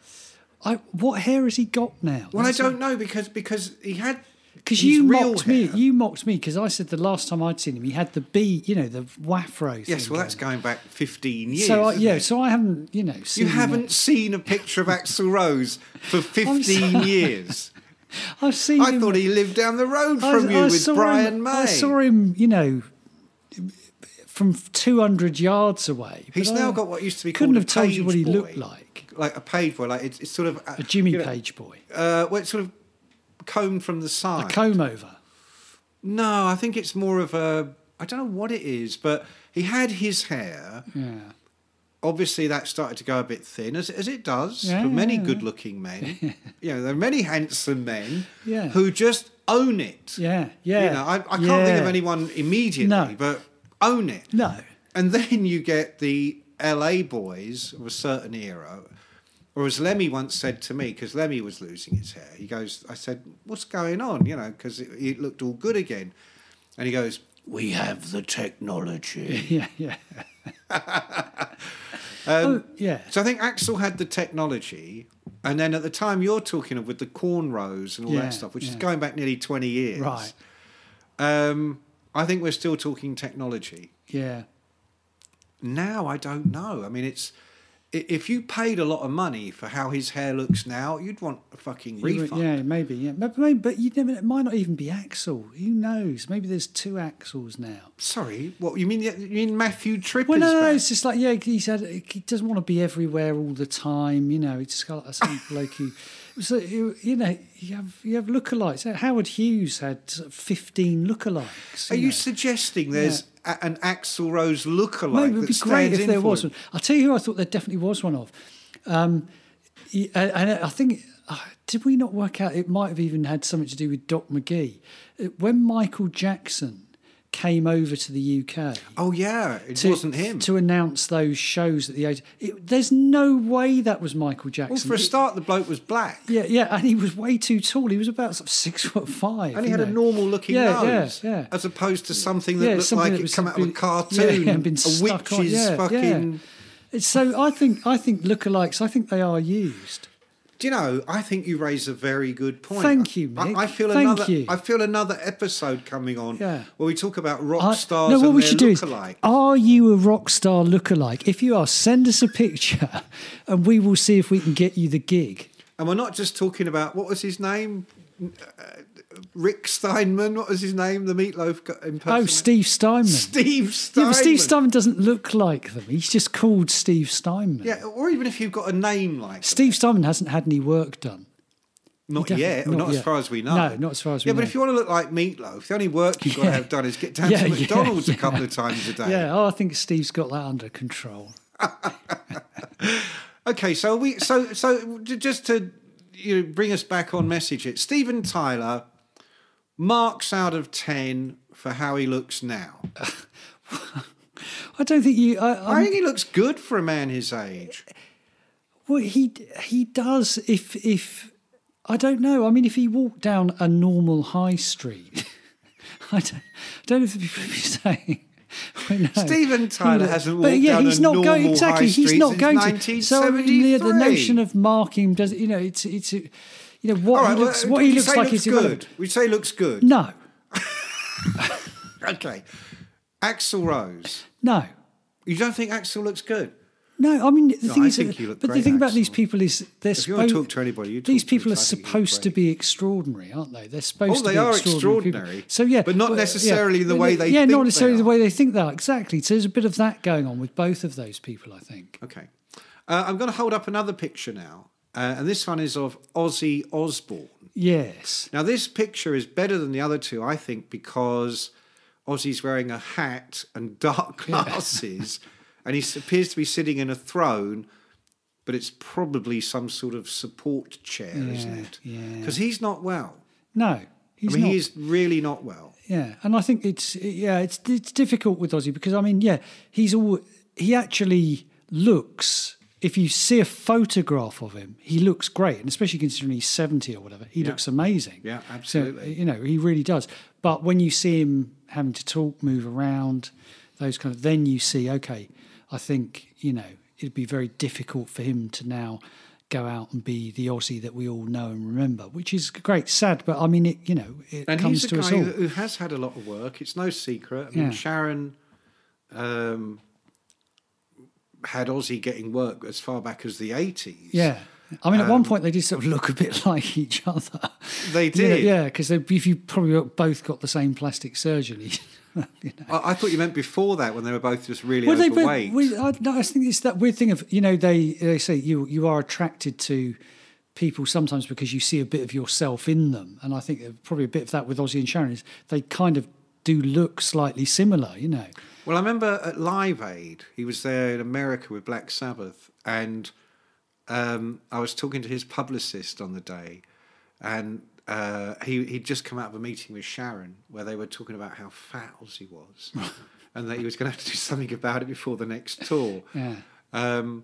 Speaker 3: I, what hair has he got now?
Speaker 2: Well, I don't know because because he had
Speaker 3: Because
Speaker 2: his
Speaker 3: you
Speaker 2: real
Speaker 3: mocked me.
Speaker 2: hair.
Speaker 3: You mocked me because I said the last time I'd seen him, he had the B. You know, the wafro.
Speaker 2: yes,
Speaker 3: thing
Speaker 2: well, that's
Speaker 3: going.
Speaker 2: going back fifteen years.
Speaker 3: So I,
Speaker 2: isn't
Speaker 3: yeah,
Speaker 2: it?
Speaker 3: so I haven't. You know, seen
Speaker 2: you
Speaker 3: him.
Speaker 2: haven't seen a picture of Axel Rose for fifteen years.
Speaker 3: I've seen.
Speaker 2: I
Speaker 3: him,
Speaker 2: thought he lived down the road
Speaker 3: I-
Speaker 2: from you
Speaker 3: I
Speaker 2: with
Speaker 3: saw
Speaker 2: Brian
Speaker 3: him,
Speaker 2: May.
Speaker 3: I saw him. You know, from two hundred yards away. but
Speaker 2: He's
Speaker 3: I
Speaker 2: now got what used to be
Speaker 3: Couldn't
Speaker 2: called
Speaker 3: have
Speaker 2: a
Speaker 3: told you
Speaker 2: page
Speaker 3: what he
Speaker 2: boy.
Speaker 3: looked like.
Speaker 2: like a page boy. Like it's, it's sort of uh,
Speaker 3: A Jimmy
Speaker 2: you know,
Speaker 3: Page boy.
Speaker 2: Uh, well, it's sort of combed from the
Speaker 3: A
Speaker 2: side.
Speaker 3: comb over.
Speaker 2: no, I think it's more of a. I don't know what it is, but he had his hair.
Speaker 3: Yeah.
Speaker 2: obviously that started to go a bit thin, as, as it does
Speaker 3: Yeah,
Speaker 2: for many
Speaker 3: yeah, yeah.
Speaker 2: good looking men. you know, there are many handsome men
Speaker 3: Yeah.
Speaker 2: who just own it.
Speaker 3: Yeah, yeah.
Speaker 2: You know, I, I can't think of
Speaker 3: yeah.
Speaker 2: anyone immediately,
Speaker 3: No.
Speaker 2: but own it.
Speaker 3: No.
Speaker 2: And then you get the LA boys of a certain era, or as Lemmy once said to me, because Lemmy was losing his hair, he goes, I said, What's going on? You know, because it, it looked all good again. And he goes, We have the technology.
Speaker 3: Yeah, yeah.
Speaker 2: Um,
Speaker 3: oh, yeah.
Speaker 2: So I think Axel had the technology, and then at the time you're talking of with the cornrows and all
Speaker 3: Yeah,
Speaker 2: that stuff, which is
Speaker 3: yeah.
Speaker 2: going back nearly 20 years.
Speaker 3: Right.
Speaker 2: Um, I think we're still talking technology.
Speaker 3: Yeah.
Speaker 2: Now I don't know. I mean, it's i- if you paid a lot of money for how his hair looks now, you'd want a fucking
Speaker 3: You would-
Speaker 2: refund.
Speaker 3: Yeah, maybe. Yeah, but, but maybe- but you never. It might not even be Axel. Who knows? Maybe there's two Axels now.
Speaker 2: Sorry, what you mean? You mean Matthew Tripp?
Speaker 3: Well,
Speaker 2: is
Speaker 3: no, no,
Speaker 2: back?
Speaker 3: it's just like yeah, he said he doesn't want to be everywhere all the time. You know, it's just got like some bloke who, so you you know, you have you have lookalikes. Howard Hughes had sort of fifteen lookalikes.
Speaker 2: Are you
Speaker 3: know.
Speaker 2: suggesting there's a, an Axel Rose lookalike?
Speaker 3: Maybe it would
Speaker 2: that
Speaker 3: be great
Speaker 2: stands
Speaker 3: if
Speaker 2: in
Speaker 3: there
Speaker 2: for
Speaker 3: was
Speaker 2: him?
Speaker 3: one. I'll tell you who I thought there definitely was one of. Um, he- and and I think, uh, did we not work out? It might have even had something to do with Doc McGee. Uh, When Michael Jackson came over to the UK,
Speaker 2: Oh yeah, it
Speaker 3: to,
Speaker 2: wasn't him.
Speaker 3: to announce those shows at the age. It, there's no way that was Michael Jackson.
Speaker 2: well, for a
Speaker 3: It-
Speaker 2: start, the bloke was black.
Speaker 3: yeah, yeah, and he was way too tall. He was about sort of six foot five.
Speaker 2: And he
Speaker 3: you
Speaker 2: had a
Speaker 3: know.
Speaker 2: normal looking
Speaker 3: Yeah, yeah,
Speaker 2: nose,
Speaker 3: yeah.
Speaker 2: as opposed to something that looked
Speaker 3: something
Speaker 2: like
Speaker 3: that
Speaker 2: it
Speaker 3: was
Speaker 2: come out of a
Speaker 3: been-
Speaker 2: cartoon,
Speaker 3: yeah, and been
Speaker 2: a
Speaker 3: stuck on-
Speaker 2: witch's
Speaker 3: yeah, yeah.
Speaker 2: fucking.
Speaker 3: It's so I think I think lookalikes. I think they are used.
Speaker 2: Do you know? I think you raise a very good point.
Speaker 3: Thank you,
Speaker 2: I-
Speaker 3: Mick.
Speaker 2: I, feel
Speaker 3: Thank
Speaker 2: another.
Speaker 3: you.
Speaker 2: I feel another episode coming on
Speaker 3: Yeah.
Speaker 2: where we talk about rock
Speaker 3: I-
Speaker 2: stars
Speaker 3: no, what
Speaker 2: and
Speaker 3: we
Speaker 2: their
Speaker 3: should do is,
Speaker 2: lookalike.
Speaker 3: are you a rock star lookalike? If you are, send us a picture, and we will see if we can get you the gig.
Speaker 2: and we're not just talking about what was his name, uh, Rick Steinman. What was his name? The meatloaf gu-
Speaker 3: Oh,
Speaker 2: impersonator.
Speaker 3: Steve Steinman.
Speaker 2: Steve Steinman.
Speaker 3: Yeah, but Steve Steinman doesn't look like them. He's just called Steve Steinman.
Speaker 2: Yeah, or even if you've got a name like that.
Speaker 3: Steve Steinman hasn't had any work done.
Speaker 2: Not
Speaker 3: Definitely
Speaker 2: yet, or
Speaker 3: not
Speaker 2: not as
Speaker 3: yet.
Speaker 2: far as we know.
Speaker 3: No, not as far as we
Speaker 2: yeah, but
Speaker 3: know.
Speaker 2: if you want to look like meatloaf, the only work you've got to have done is get down
Speaker 3: Yeah,
Speaker 2: to
Speaker 3: yeah,
Speaker 2: McDonald's a
Speaker 3: yeah.
Speaker 2: couple of times a day.
Speaker 3: Yeah, oh, I think Steve's got that under control.
Speaker 2: Okay, so we so so j- just to you know, bring us back on message, it Stephen Tyler marks out of ten for how he looks now.
Speaker 3: I don't think you. I,
Speaker 2: I
Speaker 3: I,
Speaker 2: think he looks good for a man his age.
Speaker 3: well, he he does. If if I don't know. I mean, if he walked down a normal high street, I don't, I don't know if people would be saying. I know.
Speaker 2: Stephen Tyler hasn't
Speaker 3: but
Speaker 2: walked
Speaker 3: yeah,
Speaker 2: down
Speaker 3: he's
Speaker 2: a
Speaker 3: not
Speaker 2: normal
Speaker 3: going exactly.
Speaker 2: high
Speaker 3: he's
Speaker 2: street
Speaker 3: not
Speaker 2: since
Speaker 3: going to. So I mean, the, the
Speaker 2: 1973.
Speaker 3: notion of marking does you know it's it's you know what
Speaker 2: All right,
Speaker 3: he looks
Speaker 2: well,
Speaker 3: what
Speaker 2: do
Speaker 3: he
Speaker 2: we
Speaker 3: looks
Speaker 2: say
Speaker 3: like
Speaker 2: looks
Speaker 3: is
Speaker 2: good.
Speaker 3: irrelevant.
Speaker 2: We say looks good.
Speaker 3: No,
Speaker 2: Okay, Axel Rose.
Speaker 3: no.
Speaker 2: You don't think Axel looks good?
Speaker 3: No, I mean the
Speaker 2: No,
Speaker 3: thing
Speaker 2: I
Speaker 3: is,
Speaker 2: think
Speaker 3: that-
Speaker 2: you look
Speaker 3: but the
Speaker 2: great,
Speaker 3: thing about these
Speaker 2: Axel.
Speaker 3: people is they're
Speaker 2: you wanna
Speaker 3: suppo-
Speaker 2: talk to anybody, you talk
Speaker 3: these
Speaker 2: to
Speaker 3: people
Speaker 2: me,
Speaker 3: are
Speaker 2: so I think you look
Speaker 3: supposed to
Speaker 2: great.
Speaker 3: be extraordinary, aren't they? They're supposed
Speaker 2: Oh,
Speaker 3: to
Speaker 2: they
Speaker 3: be
Speaker 2: are
Speaker 3: extraordinary. people.
Speaker 2: extraordinary,
Speaker 3: So yeah,
Speaker 2: but not
Speaker 3: well,
Speaker 2: necessarily
Speaker 3: yeah,
Speaker 2: the way they
Speaker 3: yeah,
Speaker 2: think
Speaker 3: not
Speaker 2: they
Speaker 3: necessarily the
Speaker 2: are.
Speaker 3: way they think they are. Exactly. So there's a bit of that going on with both of those people, I think.
Speaker 2: Okay, uh, I'm going to hold up another picture now, uh, and this one is of Ozzy Osbourne.
Speaker 3: Yes.
Speaker 2: Now, this picture is better than the other two, I think, because Ozzy's wearing a hat and dark glasses, and he s- appears to be sitting in a throne, but it's probably some sort of support chair, isn't
Speaker 3: Yeah,
Speaker 2: it?
Speaker 3: yeah.
Speaker 2: Because he's not well.
Speaker 3: No.
Speaker 2: I
Speaker 3: He's
Speaker 2: mean,
Speaker 3: not.
Speaker 2: he is really not well.
Speaker 3: Yeah, and I think it's yeah, it's it's difficult with Ozzy because I mean, yeah, he's all he actually looks. If you see a photograph of him, he looks great, and especially considering he's seventy or whatever, he looks amazing.
Speaker 2: Yeah,
Speaker 3: So,
Speaker 2: absolutely.
Speaker 3: you know, he really does. But when you see him having to talk, move around, those kind of, then you see, okay, I think you know it'd be very difficult for him to now go out and be the Aussie that we all know and remember, which is great, sad, but I mean, it you know, it
Speaker 2: And
Speaker 3: comes
Speaker 2: he's a
Speaker 3: to us
Speaker 2: guy
Speaker 3: all.
Speaker 2: who has had a lot of work. It's no secret. I mean,
Speaker 3: Yeah.
Speaker 2: Sharon um, had Ozzy getting work as far back as the 80s.
Speaker 3: Yeah. I mean, at one point they did sort of look a bit like each other.
Speaker 2: They
Speaker 3: You know,
Speaker 2: did.
Speaker 3: yeah, because if you probably both got the same plastic surgery. you know.
Speaker 2: I, I thought you meant before that when they were both just really
Speaker 3: Well, they, but
Speaker 2: overweight.
Speaker 3: we, I, no, I think it's that weird thing of you know they they say you you are attracted to people sometimes because you see a bit of yourself in them, and I think probably a bit of that with Ozzy and Sharon is they kind of do look slightly similar, you know.
Speaker 2: Well, I remember at Live Aid, he was there in America with Black Sabbath, and um, I was talking to his publicist on the day, and uh, he he'd just come out of a meeting with Sharon where they were talking about how fat Ozzy was, and that he was going to have to do something about it before the next tour.
Speaker 3: Yeah.
Speaker 2: Um,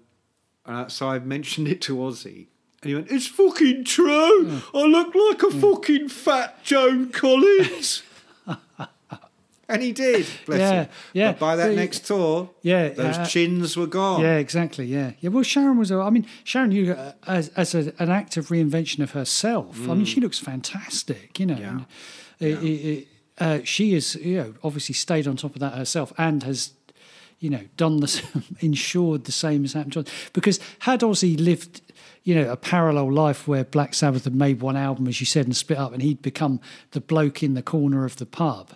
Speaker 2: uh, so I mentioned it to Ozzy, and he went, "It's fucking true. I look like
Speaker 3: Mm.
Speaker 2: a fucking fat Joan Collins." and he did, bless
Speaker 3: Yeah,
Speaker 2: him.
Speaker 3: yeah.
Speaker 2: But by that
Speaker 3: So you-
Speaker 2: next tour,
Speaker 3: Yeah,
Speaker 2: those
Speaker 3: uh,
Speaker 2: chins were gone.
Speaker 3: Yeah, exactly. Yeah, yeah. Well, Sharon was. a- I mean, Sharon, you uh, as as a, an act of reinvention of herself. I mean, she looks fantastic. You know,
Speaker 2: Mm. Yeah.
Speaker 3: And it- it- it- uh, she is. You know, obviously stayed on top of that herself and has, you know, done the s- ensured the same as happened to us. Because had Ozzy lived. You know, a parallel life where Black Sabbath had made one album, as you said, and split up, and he'd become the bloke in the corner of the pub.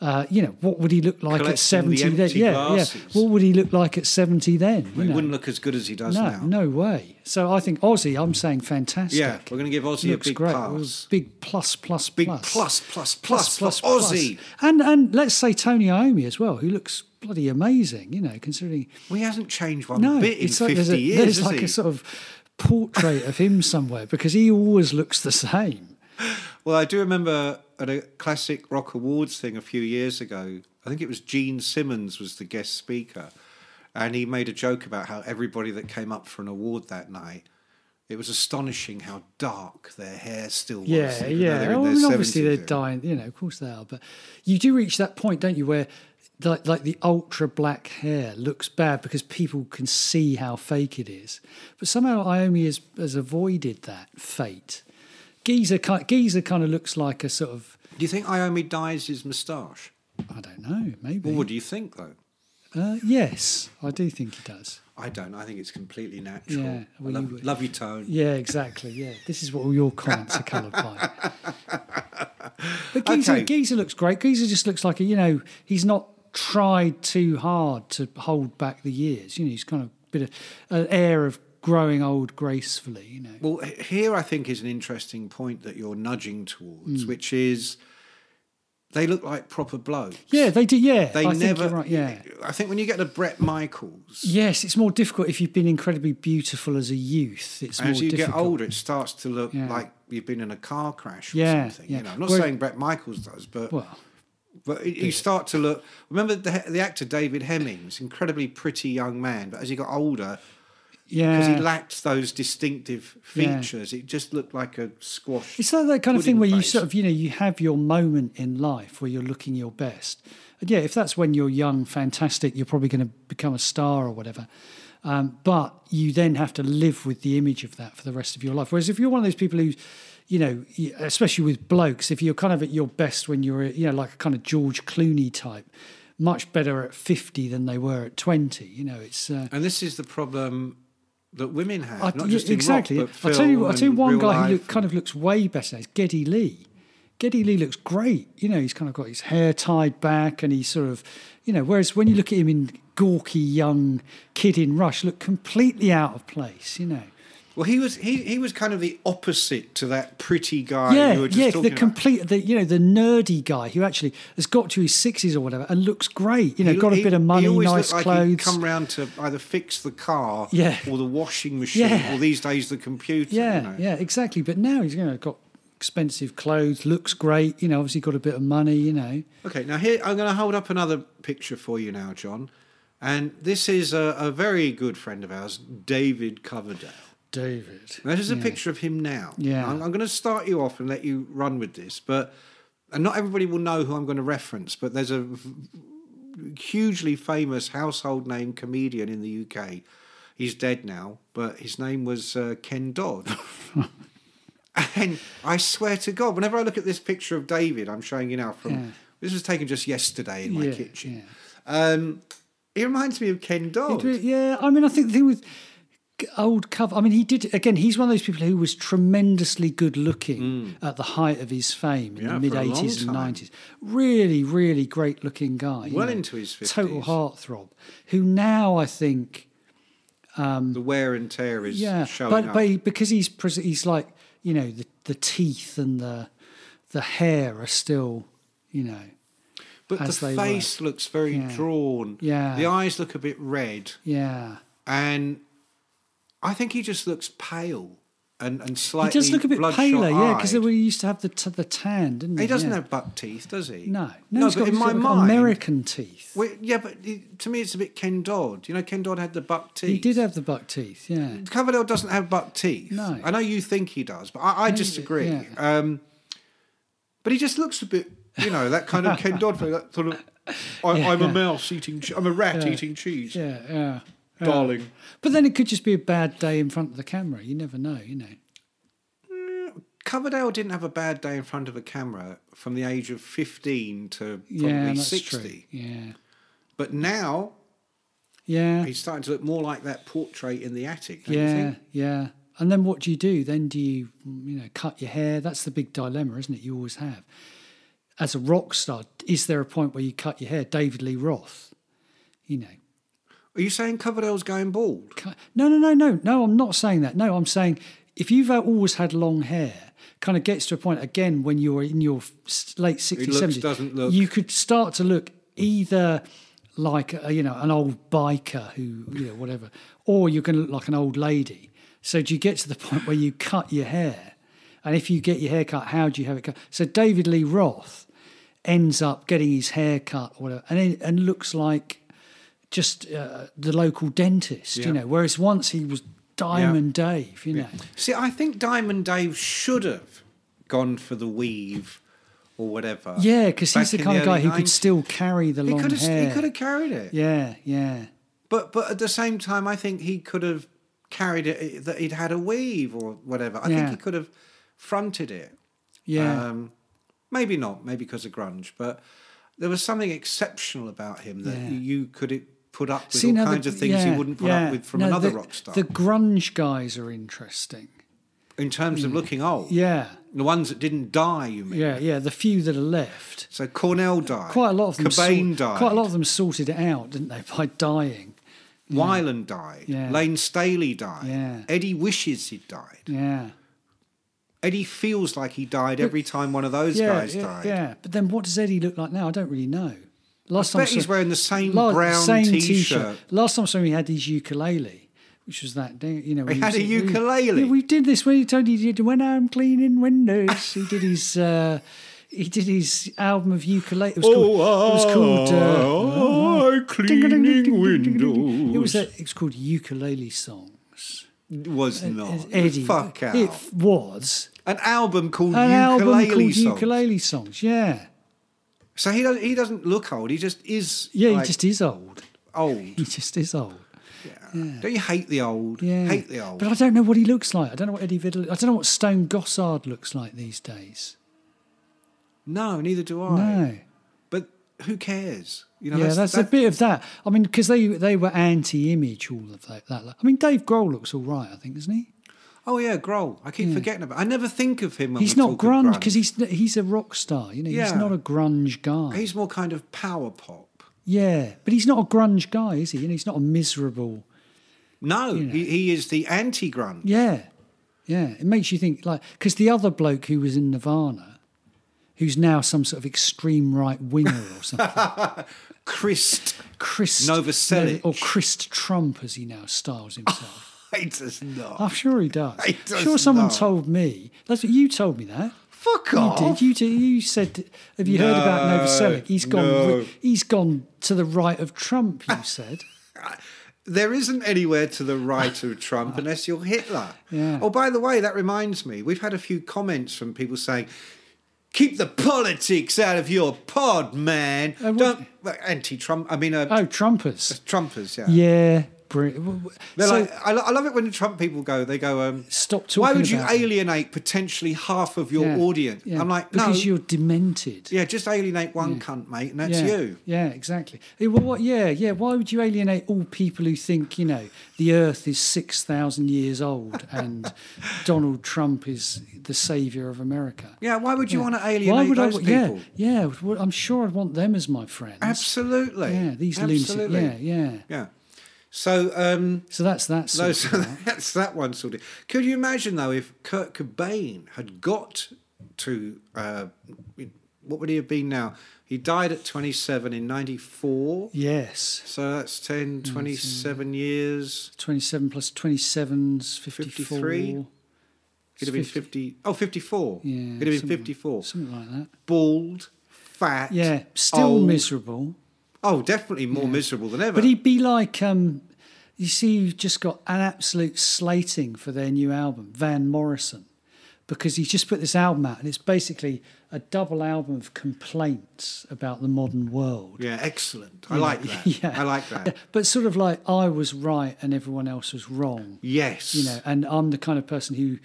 Speaker 3: Uh, you know, what would he look like at
Speaker 2: Collecting the
Speaker 3: seventy? Then?
Speaker 2: empty
Speaker 3: Yeah, yeah.
Speaker 2: glasses.
Speaker 3: What would he look like at seventy then? you
Speaker 2: He
Speaker 3: know?
Speaker 2: wouldn't look as good as he does
Speaker 3: No,
Speaker 2: now.
Speaker 3: no way. So I think Aussie, I'm saying fantastic.
Speaker 2: Yeah, we're going to give Ozzy a
Speaker 3: Looks
Speaker 2: big
Speaker 3: great.
Speaker 2: pass.
Speaker 3: Big plus, plus,
Speaker 2: Big
Speaker 3: plus.
Speaker 2: plus, plus, plus for Ozzy.
Speaker 3: And, and let's say Tony Iommi as well, who looks bloody amazing, you know, considering...
Speaker 2: Well, he hasn't changed one
Speaker 3: No,
Speaker 2: bit in
Speaker 3: it's like
Speaker 2: 50
Speaker 3: there's, a,
Speaker 2: years,
Speaker 3: there's
Speaker 2: has
Speaker 3: like
Speaker 2: he?
Speaker 3: a sort of portrait of him somewhere because he always looks the same.
Speaker 2: Well, I do remember at a classic rock awards thing a few years ago. I think it was Gene Simmons was the guest speaker, and he made a joke about how everybody that came up for an award that night, it was astonishing how dark their hair still was.
Speaker 3: Yeah,
Speaker 2: even though
Speaker 3: yeah. Oh,
Speaker 2: they're in
Speaker 3: Well,
Speaker 2: their
Speaker 3: and obviously
Speaker 2: 70s
Speaker 3: they're
Speaker 2: era.
Speaker 3: dying. You know, of course they are. But you do reach that point, don't you, where like like the ultra black hair looks bad because people can see how fake it is. But somehow Iomi has has avoided that fate. Geezer kind Geezer kind of looks like a sort of
Speaker 2: Do you think Iommi dyes his moustache?
Speaker 3: I don't know maybe.
Speaker 2: Or what do you think though?
Speaker 3: Uh, yes, I do think he does.
Speaker 2: I don't. I think it's completely natural.
Speaker 3: Yeah, well,
Speaker 2: I love,
Speaker 3: you would-
Speaker 2: love your tone.
Speaker 3: Yeah, exactly. Yeah, this is what all your comments are coloured by. But Geezer,
Speaker 2: Okay.
Speaker 3: Geezer looks great. Geezer just looks like a, you know he's not tried too hard to hold back the years. You know, he's kind of a bit of an air of growing old gracefully. You know,
Speaker 2: Well, h- here I think is an interesting point that you're nudging towards,
Speaker 3: Hmm.
Speaker 2: which is they look like proper blokes.
Speaker 3: yeah, they do. Yeah,
Speaker 2: they
Speaker 3: I think
Speaker 2: never.
Speaker 3: you're right. Yeah.
Speaker 2: I think when you get to Brett Michaels,
Speaker 3: Yes, it's more difficult if you've been incredibly beautiful as a youth. It's more
Speaker 2: as you
Speaker 3: difficult.
Speaker 2: get older, it starts to look
Speaker 3: Yeah.
Speaker 2: like you've been in a car crash or
Speaker 3: Yeah,
Speaker 2: something.
Speaker 3: yeah.
Speaker 2: You know, I'm not
Speaker 3: Where-
Speaker 2: saying Brett Michaels does, but
Speaker 3: Well,
Speaker 2: but it- you start to look. Remember the, the actor David Hemmings, incredibly pretty young man, but as he got older,
Speaker 3: yeah,
Speaker 2: because he lacked those distinctive
Speaker 3: Yeah.
Speaker 2: features, it just looked like a squash.
Speaker 3: It's like that kind of
Speaker 2: pudding
Speaker 3: thing where you
Speaker 2: face.
Speaker 3: sort of, you know, you have your moment in life where you're looking your best. And yeah, if that's when you're young, fantastic, you're probably going to become a star or whatever. Um, but you then have to live with the image of that for the rest of your life. Whereas if you're one of those people who, you know, y- especially with blokes, if you're kind of at your best when you're, you know, like a kind of George Clooney type, much better at 50 than they were at 20. You know, it's. Uh,
Speaker 2: And this is the problem that women have,
Speaker 3: I-
Speaker 2: not
Speaker 3: yeah,
Speaker 2: just in
Speaker 3: exactly.
Speaker 2: rock, but
Speaker 3: I'll tell you,
Speaker 2: film
Speaker 3: I'll tell you
Speaker 2: and
Speaker 3: one
Speaker 2: real
Speaker 3: guy
Speaker 2: life
Speaker 3: who look, kind of looks way better now is Geddy Lee. Geddy Lee looks great. You know, he's kind of got his hair tied back and he's sort of, you know, whereas when you look at him in gawky young kid in Rush, look completely out of place, you know.
Speaker 2: Well, he was he, he was kind of the opposite to that pretty guy
Speaker 3: yeah,
Speaker 2: you were just
Speaker 3: yeah,
Speaker 2: talking
Speaker 3: the
Speaker 2: about.
Speaker 3: complete, the you know, the nerdy guy who actually has got to his sixties or whatever and looks great. You know,
Speaker 2: He-
Speaker 3: got a
Speaker 2: he-
Speaker 3: bit of
Speaker 2: he
Speaker 3: money,
Speaker 2: always
Speaker 3: nice
Speaker 2: looked like he'd
Speaker 3: clothes.
Speaker 2: come round to either fix the car,
Speaker 3: Yeah.
Speaker 2: or the washing machine,
Speaker 3: Yeah.
Speaker 2: or these days the computer. you
Speaker 3: Yeah,
Speaker 2: know.
Speaker 3: yeah, exactly. But now he's you know got expensive clothes, looks great. You know, obviously got a bit of money. You know.
Speaker 2: Okay, now here I'm going to hold up another picture for you now, John, and this is a, a very good friend of ours, David Coverdale.
Speaker 3: David.
Speaker 2: Now, This is a picture of him now.
Speaker 3: Yeah.
Speaker 2: I'm, I'm going to start you off and let you run with this, but and not everybody will know who I'm going to reference, but there's a v- hugely famous household name comedian in the UK. He's dead now, but his name was uh, Ken Dodd. and I swear to God, whenever I look at this picture of David, I'm showing you now from
Speaker 3: Yeah.
Speaker 2: this was taken just yesterday in my
Speaker 3: Yeah,
Speaker 2: kitchen. Um, he reminds me of Ken Dodd.
Speaker 3: It- yeah, I mean, I think the thing with g- old cover. I mean, he did again. He's one of those people who was tremendously good looking at the height of his fame in
Speaker 2: Mm. Yeah,
Speaker 3: the mid
Speaker 2: for a long
Speaker 3: eighties and
Speaker 2: time.
Speaker 3: nineties. Really, really great looking guy. you
Speaker 2: Well
Speaker 3: know,
Speaker 2: into his 50s.
Speaker 3: total heartthrob. Who now I think
Speaker 2: the wear and tear is
Speaker 3: yeah,
Speaker 2: showing
Speaker 3: but
Speaker 2: up.
Speaker 3: but he, because he's pres- he's like you know the the teeth and the the hair are still you know
Speaker 2: But
Speaker 3: as
Speaker 2: the
Speaker 3: they
Speaker 2: face looks very
Speaker 3: Yeah.
Speaker 2: drawn.
Speaker 3: Yeah.
Speaker 2: The eyes look a bit red.
Speaker 3: were. Yeah.
Speaker 2: And I think he just looks pale and, and
Speaker 3: He
Speaker 2: slightly.
Speaker 3: does look a bit
Speaker 2: bloodshot
Speaker 3: paler, yeah, because
Speaker 2: eyed.
Speaker 3: we used to have the t- the tan, didn't he?
Speaker 2: He doesn't
Speaker 3: yeah.
Speaker 2: have buck teeth, does he?
Speaker 3: No, no, he's
Speaker 2: but
Speaker 3: got,
Speaker 2: in
Speaker 3: he's
Speaker 2: my
Speaker 3: got
Speaker 2: mind,
Speaker 3: American teeth.
Speaker 2: Well, yeah, but it- to me, it's a bit Ken Dodd. You know, Ken Dodd had the buck teeth.
Speaker 3: He did have the buck teeth, yeah.
Speaker 2: Coverdale doesn't have buck teeth.
Speaker 3: No.
Speaker 2: I know you think he does, but I, I disagree.
Speaker 3: yeah.
Speaker 2: Um, but he just looks a bit, you know, that kind of Ken Dodd, thing, that sort of, I, I'm a mouse eating, che- I'm a rat eating cheese,
Speaker 3: Yeah, yeah. yeah.
Speaker 2: darling.
Speaker 3: But then it could just be a bad day in front of the camera. You never know, you know.
Speaker 2: Coverdale didn't have a bad day in front of a camera from the age of 15 to probably
Speaker 3: Yeah, that's
Speaker 2: 60.
Speaker 3: true. Yeah.
Speaker 2: But now
Speaker 3: Yeah.
Speaker 2: he's starting to look more like that portrait in the attic, don't you
Speaker 3: yeah.
Speaker 2: think?
Speaker 3: Yeah. And then what do you do? Then do you, you know, cut your hair? That's the big dilemma, isn't it? You always have. As a rock star, is there a point where you cut your hair? David Lee Roth, you know,
Speaker 2: Are you saying Coverdale's going bald?
Speaker 3: Ki- No, no, no, no, no. I'm not saying that. No, I'm saying if you've uh, always had long hair, kind of gets to a point again when you're in your s- late 60s,
Speaker 2: looks-
Speaker 3: 70s.
Speaker 2: doesn't look-
Speaker 3: You could start to look either like uh, you know an old biker who you know whatever, or you're going to look like an old lady. So do you get to the point where you cut your hair? And if you get your hair cut, how do you have it cut? So David Lee Roth ends up getting his hair cut or whatever, and it, and looks like just uh, the local dentist,
Speaker 2: Yeah.
Speaker 3: you know. Whereas once he was Diamond Dave, you know.
Speaker 2: See, I think Diamond Dave should have gone for the weave or whatever.
Speaker 3: Yeah, because
Speaker 2: back
Speaker 3: he's the
Speaker 2: in
Speaker 3: kind of guy
Speaker 2: early
Speaker 3: who could
Speaker 2: 90s.
Speaker 3: still carry the
Speaker 2: He
Speaker 3: long
Speaker 2: could have
Speaker 3: hair.
Speaker 2: he could have carried it.
Speaker 3: yeah, yeah,
Speaker 2: But but at the same time, I think he could have carried it that he'd had a weave or whatever. I think
Speaker 3: Yeah.
Speaker 2: he could have fronted it.
Speaker 3: yeah.
Speaker 2: Um, maybe not. Maybe because of grunge, but there was something exceptional about him that
Speaker 3: Yeah.
Speaker 2: you could put up with
Speaker 3: See,
Speaker 2: all
Speaker 3: now the-
Speaker 2: kinds of things
Speaker 3: yeah,
Speaker 2: you wouldn't put
Speaker 3: yeah.
Speaker 2: up with from
Speaker 3: No,
Speaker 2: another
Speaker 3: the,
Speaker 2: rock star
Speaker 3: The grunge guys are interesting.
Speaker 2: in terms of looking old.
Speaker 3: Mm. Yeah,
Speaker 2: The ones that didn't die, you mean?
Speaker 3: yeah, yeah. The few that are left,
Speaker 2: So Cornell died.
Speaker 3: quite a lot of them.
Speaker 2: Cobain
Speaker 3: sort-
Speaker 2: died.
Speaker 3: Quite a lot of them sorted it out, didn't they, by dying?
Speaker 2: Weiland died.
Speaker 3: Yeah.
Speaker 2: Lane Staley died.
Speaker 3: Yeah.
Speaker 2: Eddie wishes he'd died.
Speaker 3: Yeah.
Speaker 2: Eddie feels like he died every time one of those
Speaker 3: yeah,
Speaker 2: guys
Speaker 3: yeah,
Speaker 2: died.
Speaker 3: yeah. But then what does Eddie look like now? I don't really know. Last
Speaker 2: I bet
Speaker 3: saw-
Speaker 2: he's wearing the same
Speaker 3: la-
Speaker 2: brown
Speaker 3: same
Speaker 2: t-shirt.
Speaker 3: Last time I saw him, he had his ukulele, which was that. day, You know, when
Speaker 2: He had
Speaker 3: was-
Speaker 2: a ukulele?
Speaker 3: yeah, we did this when he told you he did when I'm cleaning windows. he did his. Uh, he did his album of ukulele. It was called. it was called. Uh,
Speaker 2: I cleaning
Speaker 3: It was
Speaker 2: windows.
Speaker 3: a, It was called ukulele songs.
Speaker 2: Was not.
Speaker 3: Eddie,
Speaker 2: Fuck out.
Speaker 3: it was
Speaker 2: An album called
Speaker 3: an
Speaker 2: Ukulele
Speaker 3: album called
Speaker 2: Song.
Speaker 3: ukulele songs. Yeah,
Speaker 2: So he doesn't, he doesn't look old. He just is
Speaker 3: yeah.
Speaker 2: like,
Speaker 3: he just is old.
Speaker 2: old.
Speaker 3: He just is old.
Speaker 2: Don't you hate the old?
Speaker 3: Yeah.
Speaker 2: Hate the old.
Speaker 3: But I don't know what he looks like. I don't know what Eddie Vidal. I don't know what Stone Gossard looks like these days.
Speaker 2: no, neither do I.
Speaker 3: No.
Speaker 2: But who cares? You know,
Speaker 3: yeah, that's,
Speaker 2: that-
Speaker 3: a bit of that. I mean, because they they were anti-image, all of that, that. I mean, Dave Grohl looks all right, I think, doesn't he?
Speaker 2: Oh yeah, Grohl. I keep forgetting about. I never think of him. When
Speaker 3: He's
Speaker 2: we
Speaker 3: not
Speaker 2: talk of
Speaker 3: grunge because he's he's a rock star. You know,
Speaker 2: Yeah.
Speaker 3: he's not a grunge guy.
Speaker 2: he's more kind of power pop.
Speaker 3: yeah, but he's not a grunge guy, is he? You know, he's not a miserable.
Speaker 2: No, he, he is the anti grunge.
Speaker 3: Yeah, yeah. It makes you think, like, because the other bloke who was in Nirvana, who's now some sort of extreme right winger or something.
Speaker 2: Christ
Speaker 3: Chris
Speaker 2: Novoselic.
Speaker 3: or Chris Trump, as he now styles himself.
Speaker 2: hates us not.
Speaker 3: I'm sure he does.
Speaker 2: He does
Speaker 3: sure, someone
Speaker 2: not.
Speaker 3: told me. That's what you told me. That
Speaker 2: Fuck
Speaker 3: you
Speaker 2: off.
Speaker 3: did. You did. You said. Have you heard about
Speaker 2: No,
Speaker 3: Novoselic? He's gone.
Speaker 2: no.
Speaker 3: wi- He's gone to the right of Trump. You said.
Speaker 2: There isn't anywhere to the right of Trump unless you're Hitler.
Speaker 3: Yeah.
Speaker 2: Oh, by the way, that reminds me. We've had a few comments from people saying, "Keep the politics out of your pod, man."
Speaker 3: Uh, what-
Speaker 2: Don't well, anti-Trump. I mean, uh,
Speaker 3: Oh, Trumpers.
Speaker 2: Trumpers. Yeah.
Speaker 3: Yeah. Bri- w- w-
Speaker 2: They're
Speaker 3: so
Speaker 2: like, I, lo- I love it when the Trump people go. They go, um,
Speaker 3: stop talking.
Speaker 2: "Why would you
Speaker 3: about it.
Speaker 2: alienate potentially half of your
Speaker 3: Yeah,
Speaker 2: audience?"
Speaker 3: yeah,
Speaker 2: I'm like, "No,
Speaker 3: because you're demented.
Speaker 2: yeah, just alienate one cunt, mate, and that's
Speaker 3: yeah,
Speaker 2: you."
Speaker 3: Yeah, exactly. Eh, Well, what, yeah, yeah. Why would you alienate all people who think you know the Earth is six thousand years old and Donald Trump is the savior of America?
Speaker 2: Yeah, why would you
Speaker 3: Yeah.
Speaker 2: want to alienate those
Speaker 3: wa-
Speaker 2: people?
Speaker 3: Yeah, yeah. well, I'm sure I'd want them as my friends.
Speaker 2: Absolutely.
Speaker 3: Yeah, these
Speaker 2: Absolutely.
Speaker 3: lunatics. Yeah, yeah.
Speaker 2: Yeah. So, um,
Speaker 3: So that's that.
Speaker 2: no,
Speaker 3: Sort
Speaker 2: so
Speaker 3: of
Speaker 2: that's that one sorted. Could you imagine though if Kurt Cobain had got to uh, what would he have been now? He died at 27 in 94.
Speaker 3: Yes.
Speaker 2: So that's
Speaker 3: Oh,
Speaker 2: 10, 27 years.
Speaker 3: 27 plus 27's 54.
Speaker 2: 53? He'd have been 50. Oh, 54.
Speaker 3: Yeah,
Speaker 2: He'd have been
Speaker 3: something-
Speaker 2: 54.
Speaker 3: Something like that.
Speaker 2: Bald, fat.
Speaker 3: Yeah, still
Speaker 2: old.
Speaker 3: miserable.
Speaker 2: Oh, definitely more miserable than ever.
Speaker 3: But he'd be like, um, you see, you've just got an absolute slating for their new album, Van Morrison, because he's just put this album out, and it's basically a double album of complaints about the modern world.
Speaker 2: Yeah, excellent. I like that. I like that.
Speaker 3: But sort of like, I was right and everyone else was wrong.
Speaker 2: Yes.
Speaker 3: You know, and I'm the kind of person who,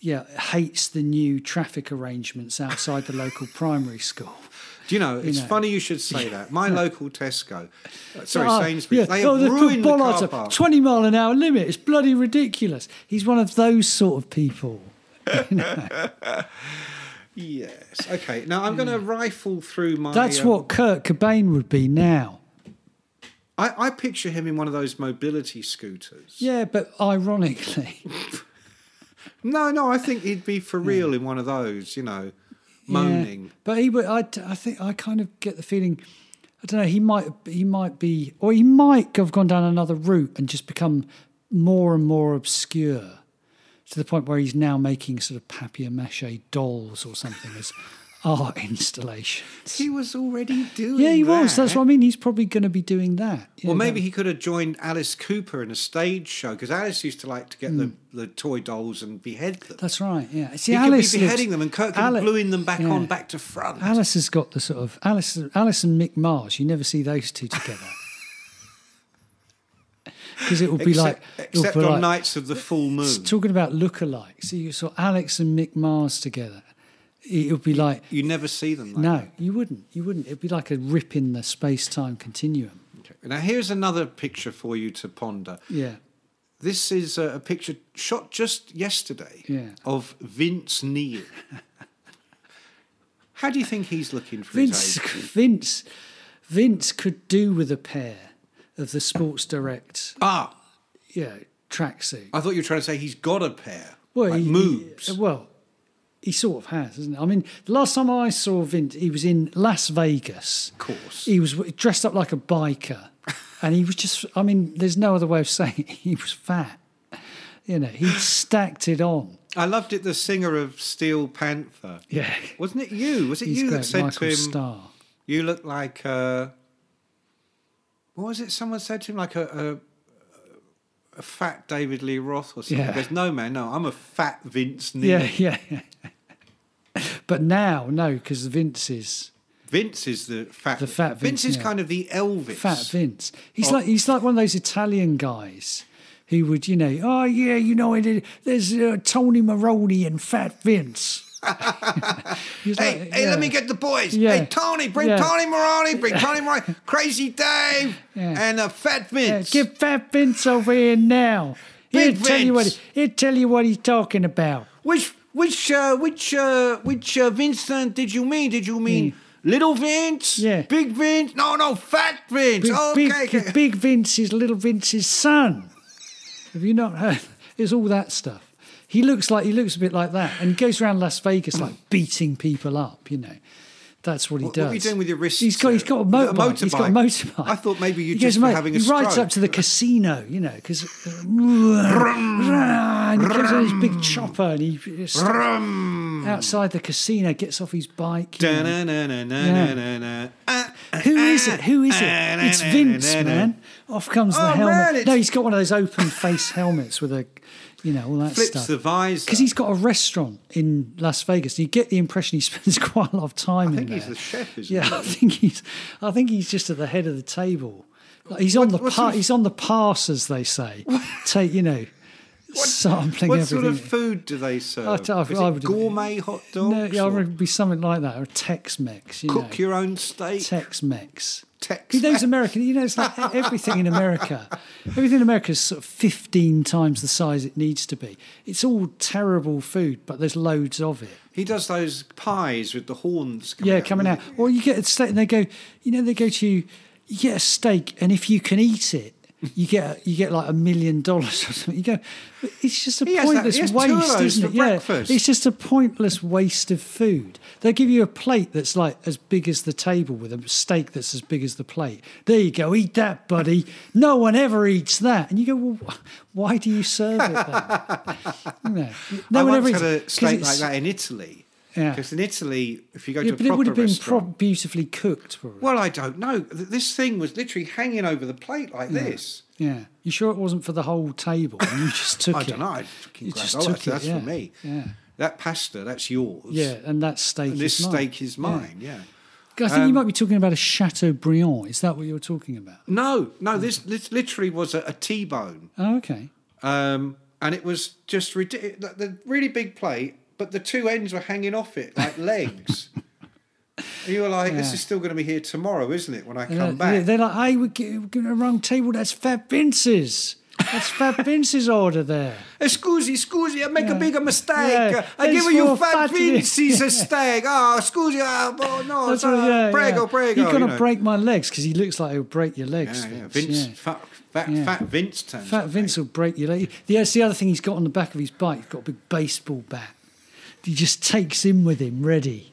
Speaker 3: yeah, hates the new traffic arrangements outside the local primary school.
Speaker 2: Do you know, it's
Speaker 3: know.
Speaker 2: funny you should say that. My local Tesco, uh, sorry,
Speaker 3: Oh,
Speaker 2: Sainsbury's, they have
Speaker 3: Oh, they've put
Speaker 2: ruined the
Speaker 3: bollards
Speaker 2: car
Speaker 3: up.
Speaker 2: park.
Speaker 3: 20 mile an hour limit. It's bloody ridiculous. He's one of those sort of people.
Speaker 2: yes. Okay. Now I'm going to rifle through my.
Speaker 3: Mm. That's
Speaker 2: um,
Speaker 3: what Kurt Cobain would be now.
Speaker 2: I, I picture him in one of those mobility scooters.
Speaker 3: Yeah, but ironically,
Speaker 2: No, no, I think he'd be for real in one of those. You know, moaning.
Speaker 3: Yeah, but he would. I, I think I kind of get the feeling. I don't know. He might. He might be, or he might have gone down another route and just become more and more obscure to the point where he's now making sort of papier-mâché dolls or something as art installations.
Speaker 2: He was already doing.
Speaker 3: Yeah, he was.
Speaker 2: that.
Speaker 3: That's what I mean. He's probably going to be doing that. you
Speaker 2: Or
Speaker 3: know,
Speaker 2: maybe he could have joined Alice Cooper in a stage show because Alice used to like to get the, the toy dolls and behead them.
Speaker 3: Mm. That's right. Yeah. See,
Speaker 2: he
Speaker 3: Alice
Speaker 2: could be
Speaker 3: lives-
Speaker 2: beheading them and Kirk could
Speaker 3: Ali-
Speaker 2: be gluing them back
Speaker 3: yeah.
Speaker 2: on back to front.
Speaker 3: Alice has got the sort of Alice, Alice and Mick Mars. You never see those two together because it will be
Speaker 2: except
Speaker 3: like it'll
Speaker 2: except
Speaker 3: be
Speaker 2: on
Speaker 3: like-
Speaker 2: nights of the full moon.
Speaker 3: it's talking about lookalikes. So you saw Alex and Mick Mars together. It would be like
Speaker 2: You never see them. Like
Speaker 3: no, you wouldn't. You wouldn't. It'd be like a rip in the space-time continuum.
Speaker 2: that. Now here's another picture for you to ponder.
Speaker 3: Yeah.
Speaker 2: This is a, a picture shot just yesterday
Speaker 3: Yeah.
Speaker 2: of Vince Neil. How do you think he's looking for
Speaker 3: Vince,
Speaker 2: his age?
Speaker 3: Vince, Vince could do with a pair of the Sports Direct,
Speaker 2: Ah,
Speaker 3: yeah, tracksuit.
Speaker 2: I thought you were trying to say he's got a pair.
Speaker 3: Well,
Speaker 2: like
Speaker 3: he,
Speaker 2: moves.
Speaker 3: he- well, he sort of has, isn't he? I mean, the last time I saw Vince, he was in Las Vegas. Of
Speaker 2: course.
Speaker 3: He was w- dressed up like a biker. and he was just, I mean, there's no other way of saying it. He was fat. You know, he stacked it on.
Speaker 2: I loved it. The singer of Steel Panther.
Speaker 3: Yeah.
Speaker 2: Wasn't it you? Was it
Speaker 3: He's
Speaker 2: you
Speaker 3: great.
Speaker 2: that said
Speaker 3: Michael
Speaker 2: to him,
Speaker 3: Starr.
Speaker 2: "You look like uh, what was it? Someone said to him like a, a, a fat David Lee Roth or something."
Speaker 3: Yeah.
Speaker 2: He goes, "No, man, no, I'm a fat Vince Neil.
Speaker 3: Yeah, yeah, yeah. but now, no, because Vince is
Speaker 2: Vince is the fat.
Speaker 3: The fat Vince,
Speaker 2: is
Speaker 3: yeah.
Speaker 2: kind of the Elvis.
Speaker 3: Fat Vince. He's
Speaker 2: Oh.
Speaker 3: like he's like one of those Italian guys who would, you know, oh yeah, you know, it, it- there's uh, Tony Maroney and Fat Vince. He's
Speaker 2: Hey,
Speaker 3: like,
Speaker 2: hey,
Speaker 3: yeah.
Speaker 2: let me get the boys.
Speaker 3: Yeah.
Speaker 2: Hey, Tony, bring
Speaker 3: Yeah.
Speaker 2: Tony Moroni, bring Tony Moroni, Crazy Dave,
Speaker 3: Yeah.
Speaker 2: and uh, Fat
Speaker 3: Yeah,
Speaker 2: Vince.
Speaker 3: get Fat Vince over here now. He'll
Speaker 2: Big
Speaker 3: tell you what
Speaker 2: Vince.
Speaker 3: he, he'll tell you what he's talking about.
Speaker 2: Which which uh, which uh, which uh, Vincent did you mean? Did you mean little Vince?
Speaker 3: Hmm. Yeah.
Speaker 2: Big Vince? No, no, fat Vince.
Speaker 3: Big,
Speaker 2: Oh, okay.
Speaker 3: big,
Speaker 2: okay.
Speaker 3: big Vince is little Vince's son. Have you not heard? It's all that stuff. He looks like he looks a bit like that, and he goes around Las Vegas like beating people up. You know, that's what he
Speaker 2: What-
Speaker 3: does.
Speaker 2: what are you doing with your wrists
Speaker 3: He's got he's got a
Speaker 2: there? Is it a
Speaker 3: motorbike. He's got a
Speaker 2: motorbike?
Speaker 3: motorbike.
Speaker 2: I thought maybe you
Speaker 3: He goes
Speaker 2: just were
Speaker 3: mo-
Speaker 2: having a
Speaker 3: He rides
Speaker 2: stroke.
Speaker 3: up to the casino, you know, because and he comes on his big chopper and he stops
Speaker 2: Brum.
Speaker 3: outside the casino, gets off his bike. you know.
Speaker 2: Da-na-na-na-na-na-na. Ah, ah,
Speaker 3: Who is it? Who is
Speaker 2: ah,
Speaker 3: it?
Speaker 2: na,
Speaker 3: It's
Speaker 2: na, na,
Speaker 3: Vince,
Speaker 2: na, na.
Speaker 3: man. Off comes the
Speaker 2: Oh,
Speaker 3: helmet.
Speaker 2: man, it's-
Speaker 3: no, he's got one of those open face helmets with a, you know, all that
Speaker 2: Flips
Speaker 3: stuff.
Speaker 2: the visor.
Speaker 3: Because he's got a restaurant in Las Vegas. You get the impression he spends quite a lot of time in
Speaker 2: think
Speaker 3: there.
Speaker 2: he's the chef, isn't
Speaker 3: yeah,
Speaker 2: he?
Speaker 3: I think he's. I think he's just at the head of the table. Like, he's on the
Speaker 2: what
Speaker 3: pa-
Speaker 2: sort of-
Speaker 3: he's on the pass, as they say. Take you know, sampling
Speaker 2: What
Speaker 3: everything.
Speaker 2: sort of food do they serve?
Speaker 3: I- I-
Speaker 2: Is
Speaker 3: I
Speaker 2: it
Speaker 3: would-
Speaker 2: gourmet hot dogs?
Speaker 3: no, yeah, I
Speaker 2: or
Speaker 3: reckon it'd be something like that, or Tex-Mex. You know.
Speaker 2: cook your own steak.
Speaker 3: Tex-Mex.
Speaker 2: Tex-
Speaker 3: You know, it's American. You know, it's like e-, everything in America. Everything in America is sort of fifteen times the size it needs to be. It's all terrible food, but there's loads of it.
Speaker 2: He does those pies with the horns. Coming
Speaker 3: Yeah,
Speaker 2: out,
Speaker 3: coming out.
Speaker 2: doesn't he?
Speaker 3: Or you get a steak, and they go, you know, they go to you. You get a steak, and if you can eat it, you get you get like a million dollars or something. You go, "But it's just a
Speaker 2: He has that-
Speaker 3: pointless
Speaker 2: he has
Speaker 3: waste,
Speaker 2: churros
Speaker 3: isn't
Speaker 2: for
Speaker 3: it? Yeah,
Speaker 2: breakfast.
Speaker 3: it's just a pointless waste of food. They give you a plate that's like as big as the table with a steak that's as big as the plate. There you go, eat that, buddy. No one ever eats that, and you go, well, why do you serve it? Then? You know, no
Speaker 2: I
Speaker 3: one
Speaker 2: once had
Speaker 3: ever eats-
Speaker 2: a
Speaker 3: 'cause
Speaker 2: steak
Speaker 3: it's-
Speaker 2: like that in Italy.
Speaker 3: Yeah.
Speaker 2: Because in Italy, if you go
Speaker 3: Yeah,
Speaker 2: to a
Speaker 3: but
Speaker 2: proper
Speaker 3: it would have been pro-
Speaker 2: restaurant,
Speaker 3: beautifully cooked. Probably.
Speaker 2: well, I don't know. Th- This thing was literally hanging over the plate like this.
Speaker 3: Yeah. You sure it wasn't for the whole table? And you just took
Speaker 2: I
Speaker 3: it.
Speaker 2: don't know. I fucking
Speaker 3: You
Speaker 2: grabbed
Speaker 3: just
Speaker 2: all
Speaker 3: took
Speaker 2: that.
Speaker 3: it,
Speaker 2: That's
Speaker 3: yeah.
Speaker 2: for me.
Speaker 3: Yeah.
Speaker 2: That pasta, that's yours.
Speaker 3: Yeah, and that steak.
Speaker 2: And this
Speaker 3: is mine.
Speaker 2: steak is
Speaker 3: Yeah.
Speaker 2: mine. Um, yeah.
Speaker 3: I think you might be talking about a Chateaubriand. Is that what you're talking about?
Speaker 2: No, no,
Speaker 3: Hmm.
Speaker 2: this, this literally was a, a T-bone.
Speaker 3: Oh, okay.
Speaker 2: Um, and it was just ridiculous. The really big plate, but the two ends were hanging off it like legs. you were like, this
Speaker 3: Yeah.
Speaker 2: is still going to be here tomorrow, isn't it, when I come
Speaker 3: Yeah, Uh, yeah,
Speaker 2: back?
Speaker 3: They're like, hey, we're getting we're getting the wrong table. That's Fat Vince's. That's Fat Vince's order there.
Speaker 2: Excuse, excuse, I make a bigger mistake. Uh,
Speaker 3: Yeah.
Speaker 2: I
Speaker 3: It's
Speaker 2: give you
Speaker 3: for
Speaker 2: fat
Speaker 3: fat vi-
Speaker 2: Vince's a steak. Oh, excuse, oh, oh, no,
Speaker 3: That's
Speaker 2: sorry.
Speaker 3: what- yeah,
Speaker 2: prego,
Speaker 3: yeah.
Speaker 2: prego.
Speaker 3: You're gonna
Speaker 2: you know.
Speaker 3: break my legs because he looks like he'll break your legs.
Speaker 2: Yeah, yeah,
Speaker 3: Vince,
Speaker 2: Vince,
Speaker 3: yeah.
Speaker 2: Fat, fat,
Speaker 3: Yeah.
Speaker 2: fat Vince turns
Speaker 3: Fat
Speaker 2: up, eh?
Speaker 3: Vince
Speaker 2: mate.
Speaker 3: will break your leg. The, that's the other thing he's got on the back of his bike. He's got a big baseball bat. He just takes him with him, ready.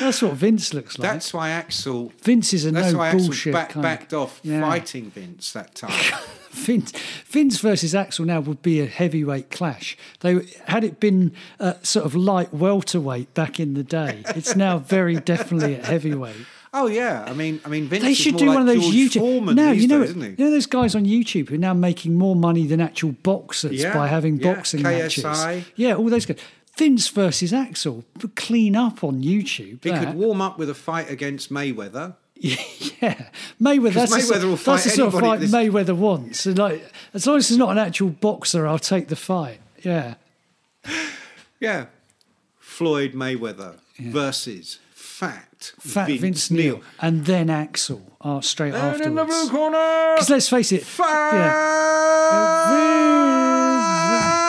Speaker 3: That's what Vince looks like.
Speaker 2: That's why Axel.
Speaker 3: Vince is a
Speaker 2: That's
Speaker 3: no
Speaker 2: why Axel
Speaker 3: bullshit
Speaker 2: back,
Speaker 3: kind
Speaker 2: backed off
Speaker 3: Yeah.
Speaker 2: fighting Vince that time.
Speaker 3: Vince, Vince versus Axel now would be a heavyweight clash. They had it been uh, sort of light welterweight back in the day. It's now very definitely at heavyweight.
Speaker 2: Oh yeah, I mean, I mean, Vince
Speaker 3: They
Speaker 2: is
Speaker 3: should
Speaker 2: more
Speaker 3: do
Speaker 2: like
Speaker 3: one of those
Speaker 2: George
Speaker 3: YouTube.
Speaker 2: Foreman
Speaker 3: no,
Speaker 2: these
Speaker 3: you know,
Speaker 2: days,
Speaker 3: it-
Speaker 2: isn't
Speaker 3: you know those guys on YouTube who are now making more money than actual boxers
Speaker 2: Yeah,
Speaker 3: by having
Speaker 2: yeah,
Speaker 3: boxing
Speaker 2: KSI.
Speaker 3: matches. Yeah, all those guys. Vince versus Axel, but clean up on YouTube.
Speaker 2: he? He
Speaker 3: that.
Speaker 2: could warm up with a fight against Mayweather.
Speaker 3: yeah, Mayweather. That's the
Speaker 2: Mayweather
Speaker 3: sort-
Speaker 2: will
Speaker 3: that's
Speaker 2: fight
Speaker 3: the sort of
Speaker 2: anybody
Speaker 3: fight
Speaker 2: at this-
Speaker 3: Mayweather wants. And like, as long as he's not an actual boxer, I'll take the fight. Yeah,
Speaker 2: Yeah, Floyd Mayweather versus Fat,
Speaker 3: Fat Vince, Neil. and then Axel are straight
Speaker 2: And in the blue
Speaker 3: afterwards.
Speaker 2: corner,
Speaker 3: Because let's face it, yeah.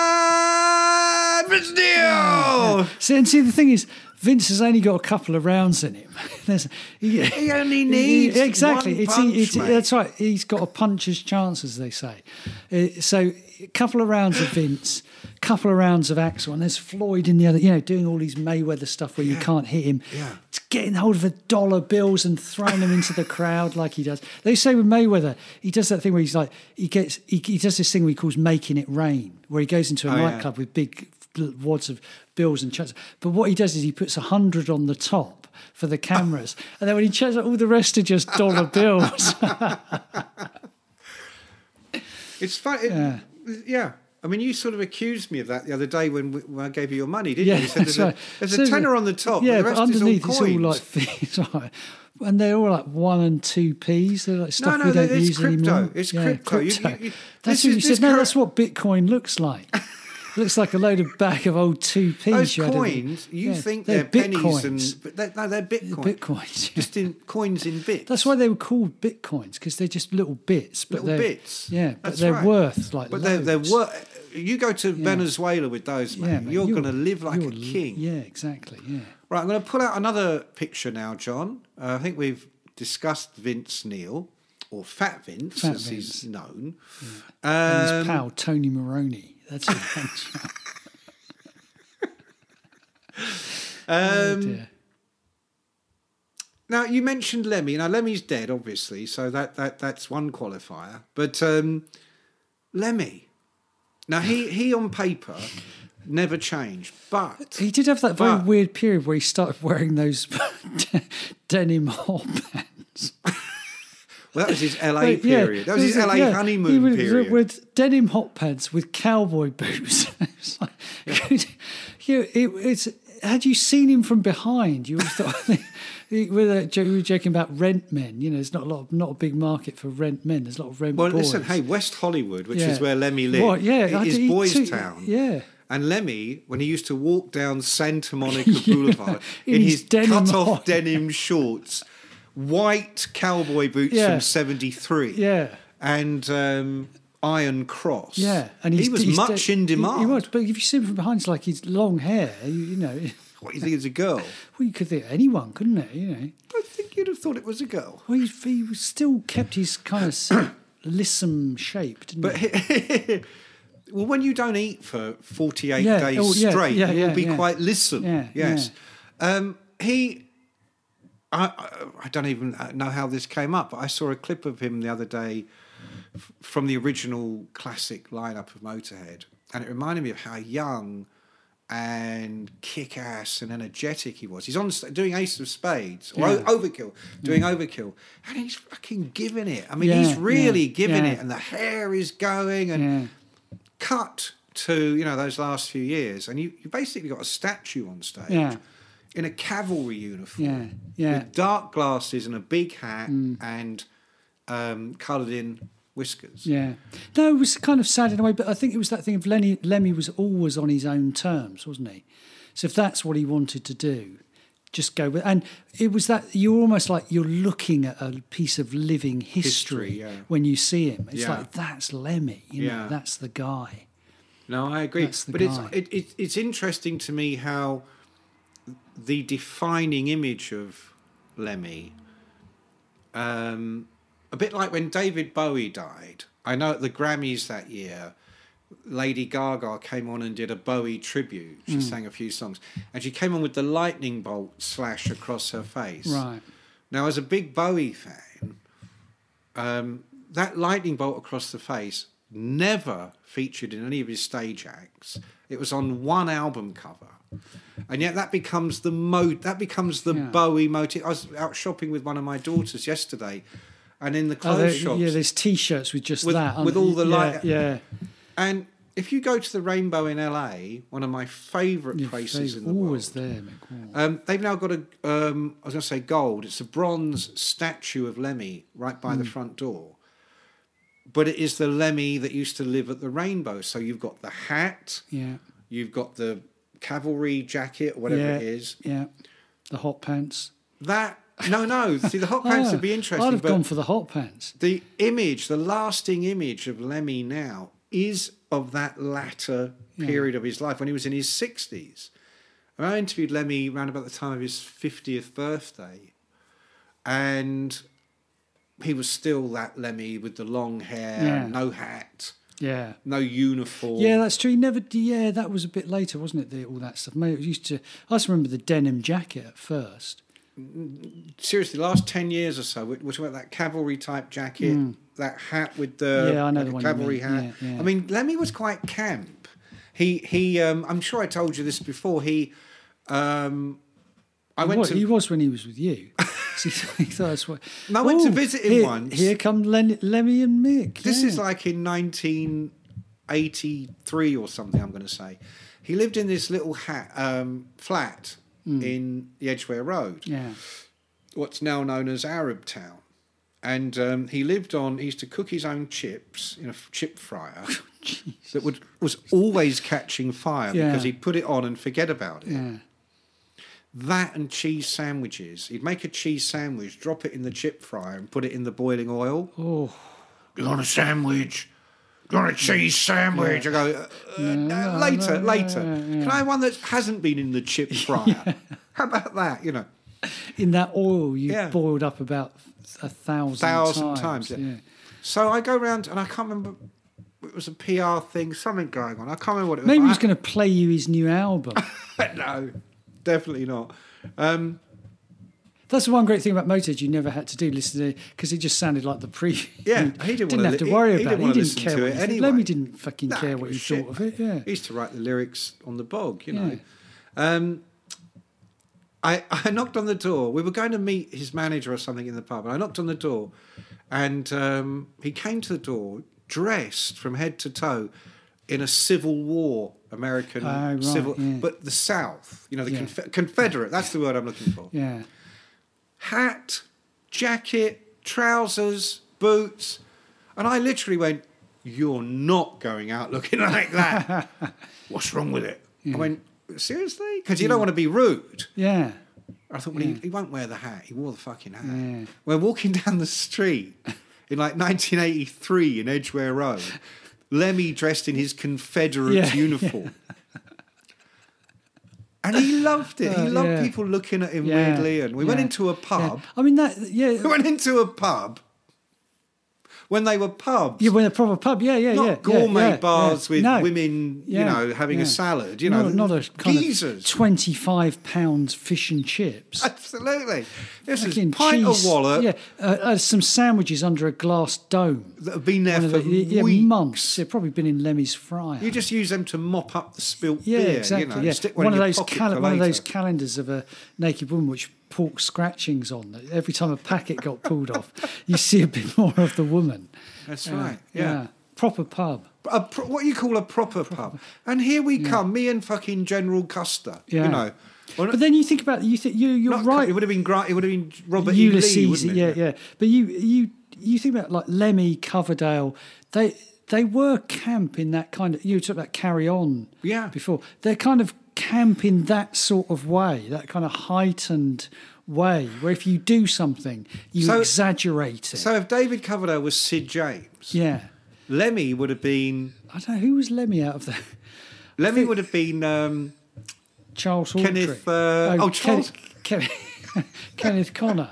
Speaker 2: Fat Vince Neil.
Speaker 3: See, and see, the thing is, Vince has only got a couple of rounds in him. There's- he,
Speaker 2: He only needs
Speaker 3: exactly.
Speaker 2: one
Speaker 3: it's,
Speaker 2: punch,
Speaker 3: it's,
Speaker 2: mate.
Speaker 3: that's right. He's got a puncher's chance, as they say. Uh, so, a couple of rounds of Vince, couple of rounds of Axel, and there's Floyd in the other. You know, doing all these Mayweather stuff where you can't hit him.
Speaker 2: Yeah.
Speaker 3: It's getting hold of the dollar bills and throwing them into the crowd like he does. They say with Mayweather, he does that thing where he's like, he gets, he, he does this thing where he calls making it rain, where he goes into a
Speaker 2: Oh, yeah.
Speaker 3: nightclub with big wads of bills and checks. But what he does is he puts a hundred on the top for the cameras, and then when he checks, out, all the rest are just dollar bills.
Speaker 2: It's fun. It, yeah. I mean, you sort of accused me of that the other day when, we, when I gave you your money, didn't
Speaker 3: yeah,
Speaker 2: you? You said
Speaker 3: that's
Speaker 2: there's,
Speaker 3: right.
Speaker 2: a, there's
Speaker 3: So
Speaker 2: a
Speaker 3: the-
Speaker 2: tenner on the top. but
Speaker 3: Yeah,
Speaker 2: the rest
Speaker 3: but underneath
Speaker 2: is all
Speaker 3: it's
Speaker 2: coins.
Speaker 3: all like it's all right. And they're all like one and two p's. They're like stuff
Speaker 2: no,
Speaker 3: we don't
Speaker 2: it's
Speaker 3: use
Speaker 2: crypto.
Speaker 3: anymore.
Speaker 2: It's crypto. You- you- you-
Speaker 3: that's
Speaker 2: this
Speaker 3: what
Speaker 2: is-
Speaker 3: you
Speaker 2: this
Speaker 3: said. No,
Speaker 2: cur-
Speaker 3: that's what Bitcoin looks like. looks like a load of back of old two
Speaker 2: Those
Speaker 3: p's.
Speaker 2: coins, you think they're, pennies and but they, no, they're bitcoin.
Speaker 3: bitcoins. yeah.
Speaker 2: Just in coins in bits.
Speaker 3: That's why they were called bitcoins because they're just little bits, but
Speaker 2: little
Speaker 3: they're,
Speaker 2: bits.
Speaker 3: Yeah, but
Speaker 2: That's
Speaker 3: they're
Speaker 2: right.
Speaker 3: worth like.
Speaker 2: But they're, they're
Speaker 3: loads.
Speaker 2: worth. You go to Venezuela with those, man.
Speaker 3: mate,
Speaker 2: you're, going to live like a
Speaker 3: you're-
Speaker 2: king.
Speaker 3: Yeah, exactly. Yeah,
Speaker 2: Right, I'm going to pull out another picture now, John. Uh, I think we've discussed Vince Neil, or Fat Vince,
Speaker 3: Fat
Speaker 2: as he's known.
Speaker 3: and
Speaker 2: Um,
Speaker 3: his pal Tony Maroney. That's who thanks. for-
Speaker 2: Um,
Speaker 3: Oh, dear.
Speaker 2: Now you mentioned Lemmy. Now Lemmy's dead, obviously, so that that that's one qualifier. But um, Lemmy, now he he on paper never changed, but
Speaker 3: He did have that very
Speaker 2: But-
Speaker 3: weird period where he started wearing those denim hot pants.
Speaker 2: well, that was his LA
Speaker 3: Like, yeah,
Speaker 2: period. that was his
Speaker 3: it-
Speaker 2: LA
Speaker 3: yeah, he
Speaker 2: honeymoon
Speaker 3: was-
Speaker 2: period.
Speaker 3: With denim hot pants with cowboy boots. It's like- you know, it- it's- had you seen him from behind, you would have thought. We were jo- we were joking about rent men. You know, it's not a lot, of, not a big market for rent men. There's a lot of rent.
Speaker 2: well,
Speaker 3: boys.
Speaker 2: listen, hey, West Hollywood, which
Speaker 3: Yeah.
Speaker 2: is where Lemmy lived,
Speaker 3: What, yeah, I
Speaker 2: it is
Speaker 3: did- he
Speaker 2: Boys
Speaker 3: took-
Speaker 2: Town.
Speaker 3: Yeah,
Speaker 2: And Lemmy, when he used to walk down Santa Monica Boulevard
Speaker 3: in
Speaker 2: in,
Speaker 3: his
Speaker 2: his,
Speaker 3: denim
Speaker 2: cut off
Speaker 3: hot-
Speaker 2: denim shorts, white cowboy boots
Speaker 3: Yeah.
Speaker 2: from 73,
Speaker 3: Yeah.
Speaker 2: and um, Iron Cross.
Speaker 3: yeah, and
Speaker 2: he
Speaker 3: he's-
Speaker 2: was
Speaker 3: he's de-
Speaker 2: much in
Speaker 3: he-
Speaker 2: demand.
Speaker 3: He, was, but if you see him from behind, it's like he's long hair. You, you know,
Speaker 2: What do you think is a girl?
Speaker 3: well, you could think anyone, couldn't it? You know,
Speaker 2: I think you'd have thought it was a girl.
Speaker 3: well, he, he was still kept his kind of lissom shape, didn't
Speaker 2: But
Speaker 3: it?
Speaker 2: well, when you don't eat for forty-eight
Speaker 3: Yeah,
Speaker 2: days
Speaker 3: oh, yeah,
Speaker 2: straight,
Speaker 3: yeah,
Speaker 2: you will
Speaker 3: yeah,
Speaker 2: be
Speaker 3: yeah.
Speaker 2: quite listen.
Speaker 3: Yeah,
Speaker 2: yes, Um, he. I, I- I don't even know how this came up, but I saw a clip of him the other day f- from the original classic lineup of Motorhead, and it reminded me of how young and kick-ass and energetic he was. He's on st- doing Ace of Spades or O- Overkill, doing Overkill, and he's fucking giving it. I mean,
Speaker 3: Yeah,
Speaker 2: he's
Speaker 3: yeah,
Speaker 2: really giving
Speaker 3: yeah.
Speaker 2: it, and the hair is going, and
Speaker 3: Yeah.
Speaker 2: cut to you know those last few years, and you you basically got a statue on stage
Speaker 3: Yeah.
Speaker 2: in a cavalry uniform,
Speaker 3: Yeah, yeah. Mm.
Speaker 2: with dark glasses and a big hat and um, coloured in whiskers.
Speaker 3: Yeah. No, it was kind of sad in a way, but I think it was that thing of Lenny, Lemmy was always on his own terms, wasn't he? So if that's what he wanted to do, just go with and it was that you're almost like you're looking at a piece of living history,
Speaker 2: History, yeah.
Speaker 3: when you see him. It's
Speaker 2: Yeah.
Speaker 3: like that's Lemmy, you know,
Speaker 2: Yeah.
Speaker 3: that's the guy.
Speaker 2: No, I agree.
Speaker 3: That's the
Speaker 2: but
Speaker 3: guy.
Speaker 2: it's it, it, it's interesting to me how the defining image of Lemmy, um, a bit like when David Bowie died. I know at the Grammys that year, Lady Gaga came on and did a Bowie tribute.
Speaker 3: Hmm.
Speaker 2: She sang a few songs, and she came on with the lightning bolt slash across her face.
Speaker 3: Right.
Speaker 2: Now, as a big Bowie fan, um, that lightning bolt across the face never featured in any of his stage acts. It was on one album cover, and yet that becomes the mode. That becomes the
Speaker 3: Yeah.
Speaker 2: Bowie motif. I was out shopping with one of my daughters yesterday, and in the
Speaker 3: Oh, there-
Speaker 2: clothes shops,
Speaker 3: yeah, there's t shirts with just
Speaker 2: With-
Speaker 3: that aren't
Speaker 2: with
Speaker 3: there?
Speaker 2: all the
Speaker 3: yeah,
Speaker 2: light-
Speaker 3: Yeah.
Speaker 2: and if you go to the Rainbow in LA, one of my favourite
Speaker 3: Your
Speaker 2: places in
Speaker 3: favourite-
Speaker 2: the world,
Speaker 3: always there, Mick Wall.
Speaker 2: Um, they've now got a, um, I was going to say gold, it's a bronze statue of Lemmy right by the
Speaker 3: Hmm.
Speaker 2: front door. But it is the Lemmy that used to live at the Rainbow. So you've got the hat,
Speaker 3: Yeah.
Speaker 2: you've got the cavalry jacket, or whatever
Speaker 3: yeah,
Speaker 2: it is.
Speaker 3: Yeah. The hot pants.
Speaker 2: That, no, no. See, the hot pants
Speaker 3: Ah,
Speaker 2: would be interesting.
Speaker 3: I'd have
Speaker 2: but
Speaker 3: gone for the hot pants.
Speaker 2: the image, the lasting image of Lemmy now is of that latter period of his life when he was in his 60s. And I interviewed Lemmy around about the time of his 50th birthday, and he was still that Lemmy with the long hair,
Speaker 3: Yeah.
Speaker 2: no hat,
Speaker 3: Yeah.
Speaker 2: no uniform.
Speaker 3: Yeah, that's true. He never. d- Yeah, that was a bit later, wasn't it? The, all that stuff. Maybe it used to. I just remember the denim jacket at first.
Speaker 2: Seriously, the last 10 years or so, we're we're talking about that cavalry type jacket, that hat with the,
Speaker 3: Hmm. Yeah, I know the one you
Speaker 2: cavalry
Speaker 3: mean.
Speaker 2: hat.
Speaker 3: Yeah, yeah.
Speaker 2: I mean, Lemmy was quite camp. He, he um, I'm sure I told you this before. He, um, I
Speaker 3: he
Speaker 2: went
Speaker 3: was,
Speaker 2: to.
Speaker 3: he was when he was with you. So he thought- he thought that's what-
Speaker 2: No, I went to
Speaker 3: Oh,
Speaker 2: visit him
Speaker 3: here,
Speaker 2: once.
Speaker 3: Here come Len, Lemmy and Mick.
Speaker 2: This
Speaker 3: yeah.
Speaker 2: is like in 1983 or something. I'm going to say, he lived in this little hat, um, flat
Speaker 3: Hmm.
Speaker 2: in the Edgware Road,
Speaker 3: Yeah,
Speaker 2: what's now known as Arab Town, and um, he lived on. He used to cook his own chips in a f- chip fryer that would was always catching fire
Speaker 3: Yeah.
Speaker 2: because he'd put it on and forget about it.
Speaker 3: yeah,
Speaker 2: That and cheese sandwiches. He'd make a cheese sandwich, drop it in the chip fryer, and put it in the boiling oil.
Speaker 3: Oh.
Speaker 2: You want a sandwich? You want a cheese sandwich? I go, uh, uh, uh, later, later. Can I have one that hasn't been in the chip fryer? How about that? You know,
Speaker 3: in that oil you
Speaker 2: Yeah.
Speaker 3: boiled up about a thousand,
Speaker 2: thousand
Speaker 3: times.
Speaker 2: times. yeah. So I go round and I can't remember. It was a PR thing, something going on. I can't remember what it was.
Speaker 3: Maybe
Speaker 2: but
Speaker 3: he's
Speaker 2: I-
Speaker 3: going to play you his new album.
Speaker 2: no, definitely not. Um,
Speaker 3: That's the one great thing about Motorhead you never had to do listen to because it just sounded like the preview.
Speaker 2: Yeah, he didn't wanna
Speaker 3: have
Speaker 2: li-
Speaker 3: to
Speaker 2: he-
Speaker 3: worry
Speaker 2: he
Speaker 3: about
Speaker 2: didn't
Speaker 3: it.
Speaker 2: wanna
Speaker 3: He didn't
Speaker 2: listen
Speaker 3: care
Speaker 2: to
Speaker 3: what
Speaker 2: it
Speaker 3: he thought.
Speaker 2: anyway.
Speaker 3: Lemmy didn't fucking
Speaker 2: Nah,
Speaker 3: care
Speaker 2: give
Speaker 3: what
Speaker 2: a
Speaker 3: he
Speaker 2: shit.
Speaker 3: thought of it. Yeah,
Speaker 2: he used to write the lyrics on the bog, you know.
Speaker 3: Yeah.
Speaker 2: Um, I, I knocked on the door. We were going to meet his manager or something in the pub, and I knocked on the door, and um, he came to the door dressed from head to toe in a Civil War American
Speaker 3: Ah, right,
Speaker 2: civil,
Speaker 3: yeah.
Speaker 2: but the South, you know, the
Speaker 3: Yeah.
Speaker 2: conf- Confederate. That's the word I'm looking for.
Speaker 3: yeah.
Speaker 2: Hat, jacket, trousers, boots, and I literally went, "You're not going out looking like that. What's wrong with it?" I went. Seriously? Because you don't want to be rude.
Speaker 3: Yeah.
Speaker 2: I thought, well, he, he won't wear the hat. He wore the fucking hat.
Speaker 3: Yeah.
Speaker 2: We're walking down the street in like 1983 in Edgware Road. Lemmy dressed in his Confederate
Speaker 3: Yeah,
Speaker 2: uniform. And he loved it.
Speaker 3: Uh,
Speaker 2: he loved
Speaker 3: yeah.
Speaker 2: people looking at him
Speaker 3: Yeah.
Speaker 2: weirdly. And we went
Speaker 3: Yeah.
Speaker 2: into a
Speaker 3: Yeah.
Speaker 2: pub.
Speaker 3: I mean that. Yeah.
Speaker 2: We went into a pub when they were pubs.
Speaker 3: Yeah, when a proper pub. Yeah, yeah,
Speaker 2: not
Speaker 3: yeah.
Speaker 2: gourmet
Speaker 3: yeah, yeah,
Speaker 2: bars
Speaker 3: yeah.
Speaker 2: with
Speaker 3: No.
Speaker 2: women, you
Speaker 3: Yeah,
Speaker 2: know, having
Speaker 3: yeah.
Speaker 2: a salad. You know,
Speaker 3: not, not a kind
Speaker 2: geezers.
Speaker 3: of twenty-five pounds fish and chips.
Speaker 2: Absolutely, this is
Speaker 3: Fucking
Speaker 2: pint of
Speaker 3: cheese-
Speaker 2: wallet
Speaker 3: Yeah, uh, uh, some sandwiches under a glass dome.
Speaker 2: that have been there
Speaker 3: One of
Speaker 2: for
Speaker 3: the- yeah,
Speaker 2: weeks.
Speaker 3: months. They've probably been in Lemmy's fryer.
Speaker 2: You just use them to mop up the spilt
Speaker 3: yeah,
Speaker 2: beer. You
Speaker 3: exactly.
Speaker 2: know,
Speaker 3: yeah,
Speaker 2: stick one,
Speaker 3: one,
Speaker 2: in
Speaker 3: of
Speaker 2: your
Speaker 3: those
Speaker 2: pocket
Speaker 3: cal-
Speaker 2: for
Speaker 3: one of
Speaker 2: later.
Speaker 3: those calendars of a naked woman which pork scratchings on. that Every time a packet got pulled off, you see a bit more of the woman.
Speaker 2: That's
Speaker 3: Yeah,
Speaker 2: right. Yeah.
Speaker 3: proper pub.
Speaker 2: A pro- what you call a proper pub. And here we come, me and fucking General Custer.
Speaker 3: Yeah.
Speaker 2: You know. Well,
Speaker 3: But then you think about you think you you're
Speaker 2: not Cu-
Speaker 3: right.
Speaker 2: It would have been Gra- it would have been Robert E. Lee,
Speaker 3: Ulysses,
Speaker 2: wouldn't it?
Speaker 3: yeah, yeah. But you you you think about like Lemmy, Coverdale, they they were camp in that kind of you talked about carry on
Speaker 2: Yeah.
Speaker 3: before. They're kind of camp in that sort of way, that kind of heightened way, where if you do something, you
Speaker 2: So-
Speaker 3: exaggerate it.
Speaker 2: So if David Coverdale was Sid James,
Speaker 3: yeah.
Speaker 2: Lemmy would have been
Speaker 3: I don't know who was Lemmy out of the
Speaker 2: Lemmy would have been um,
Speaker 3: Charles Hawtrey.
Speaker 2: Kenneth, uh, oh, Charles-
Speaker 3: Ken- Ken- Kenneth Connor.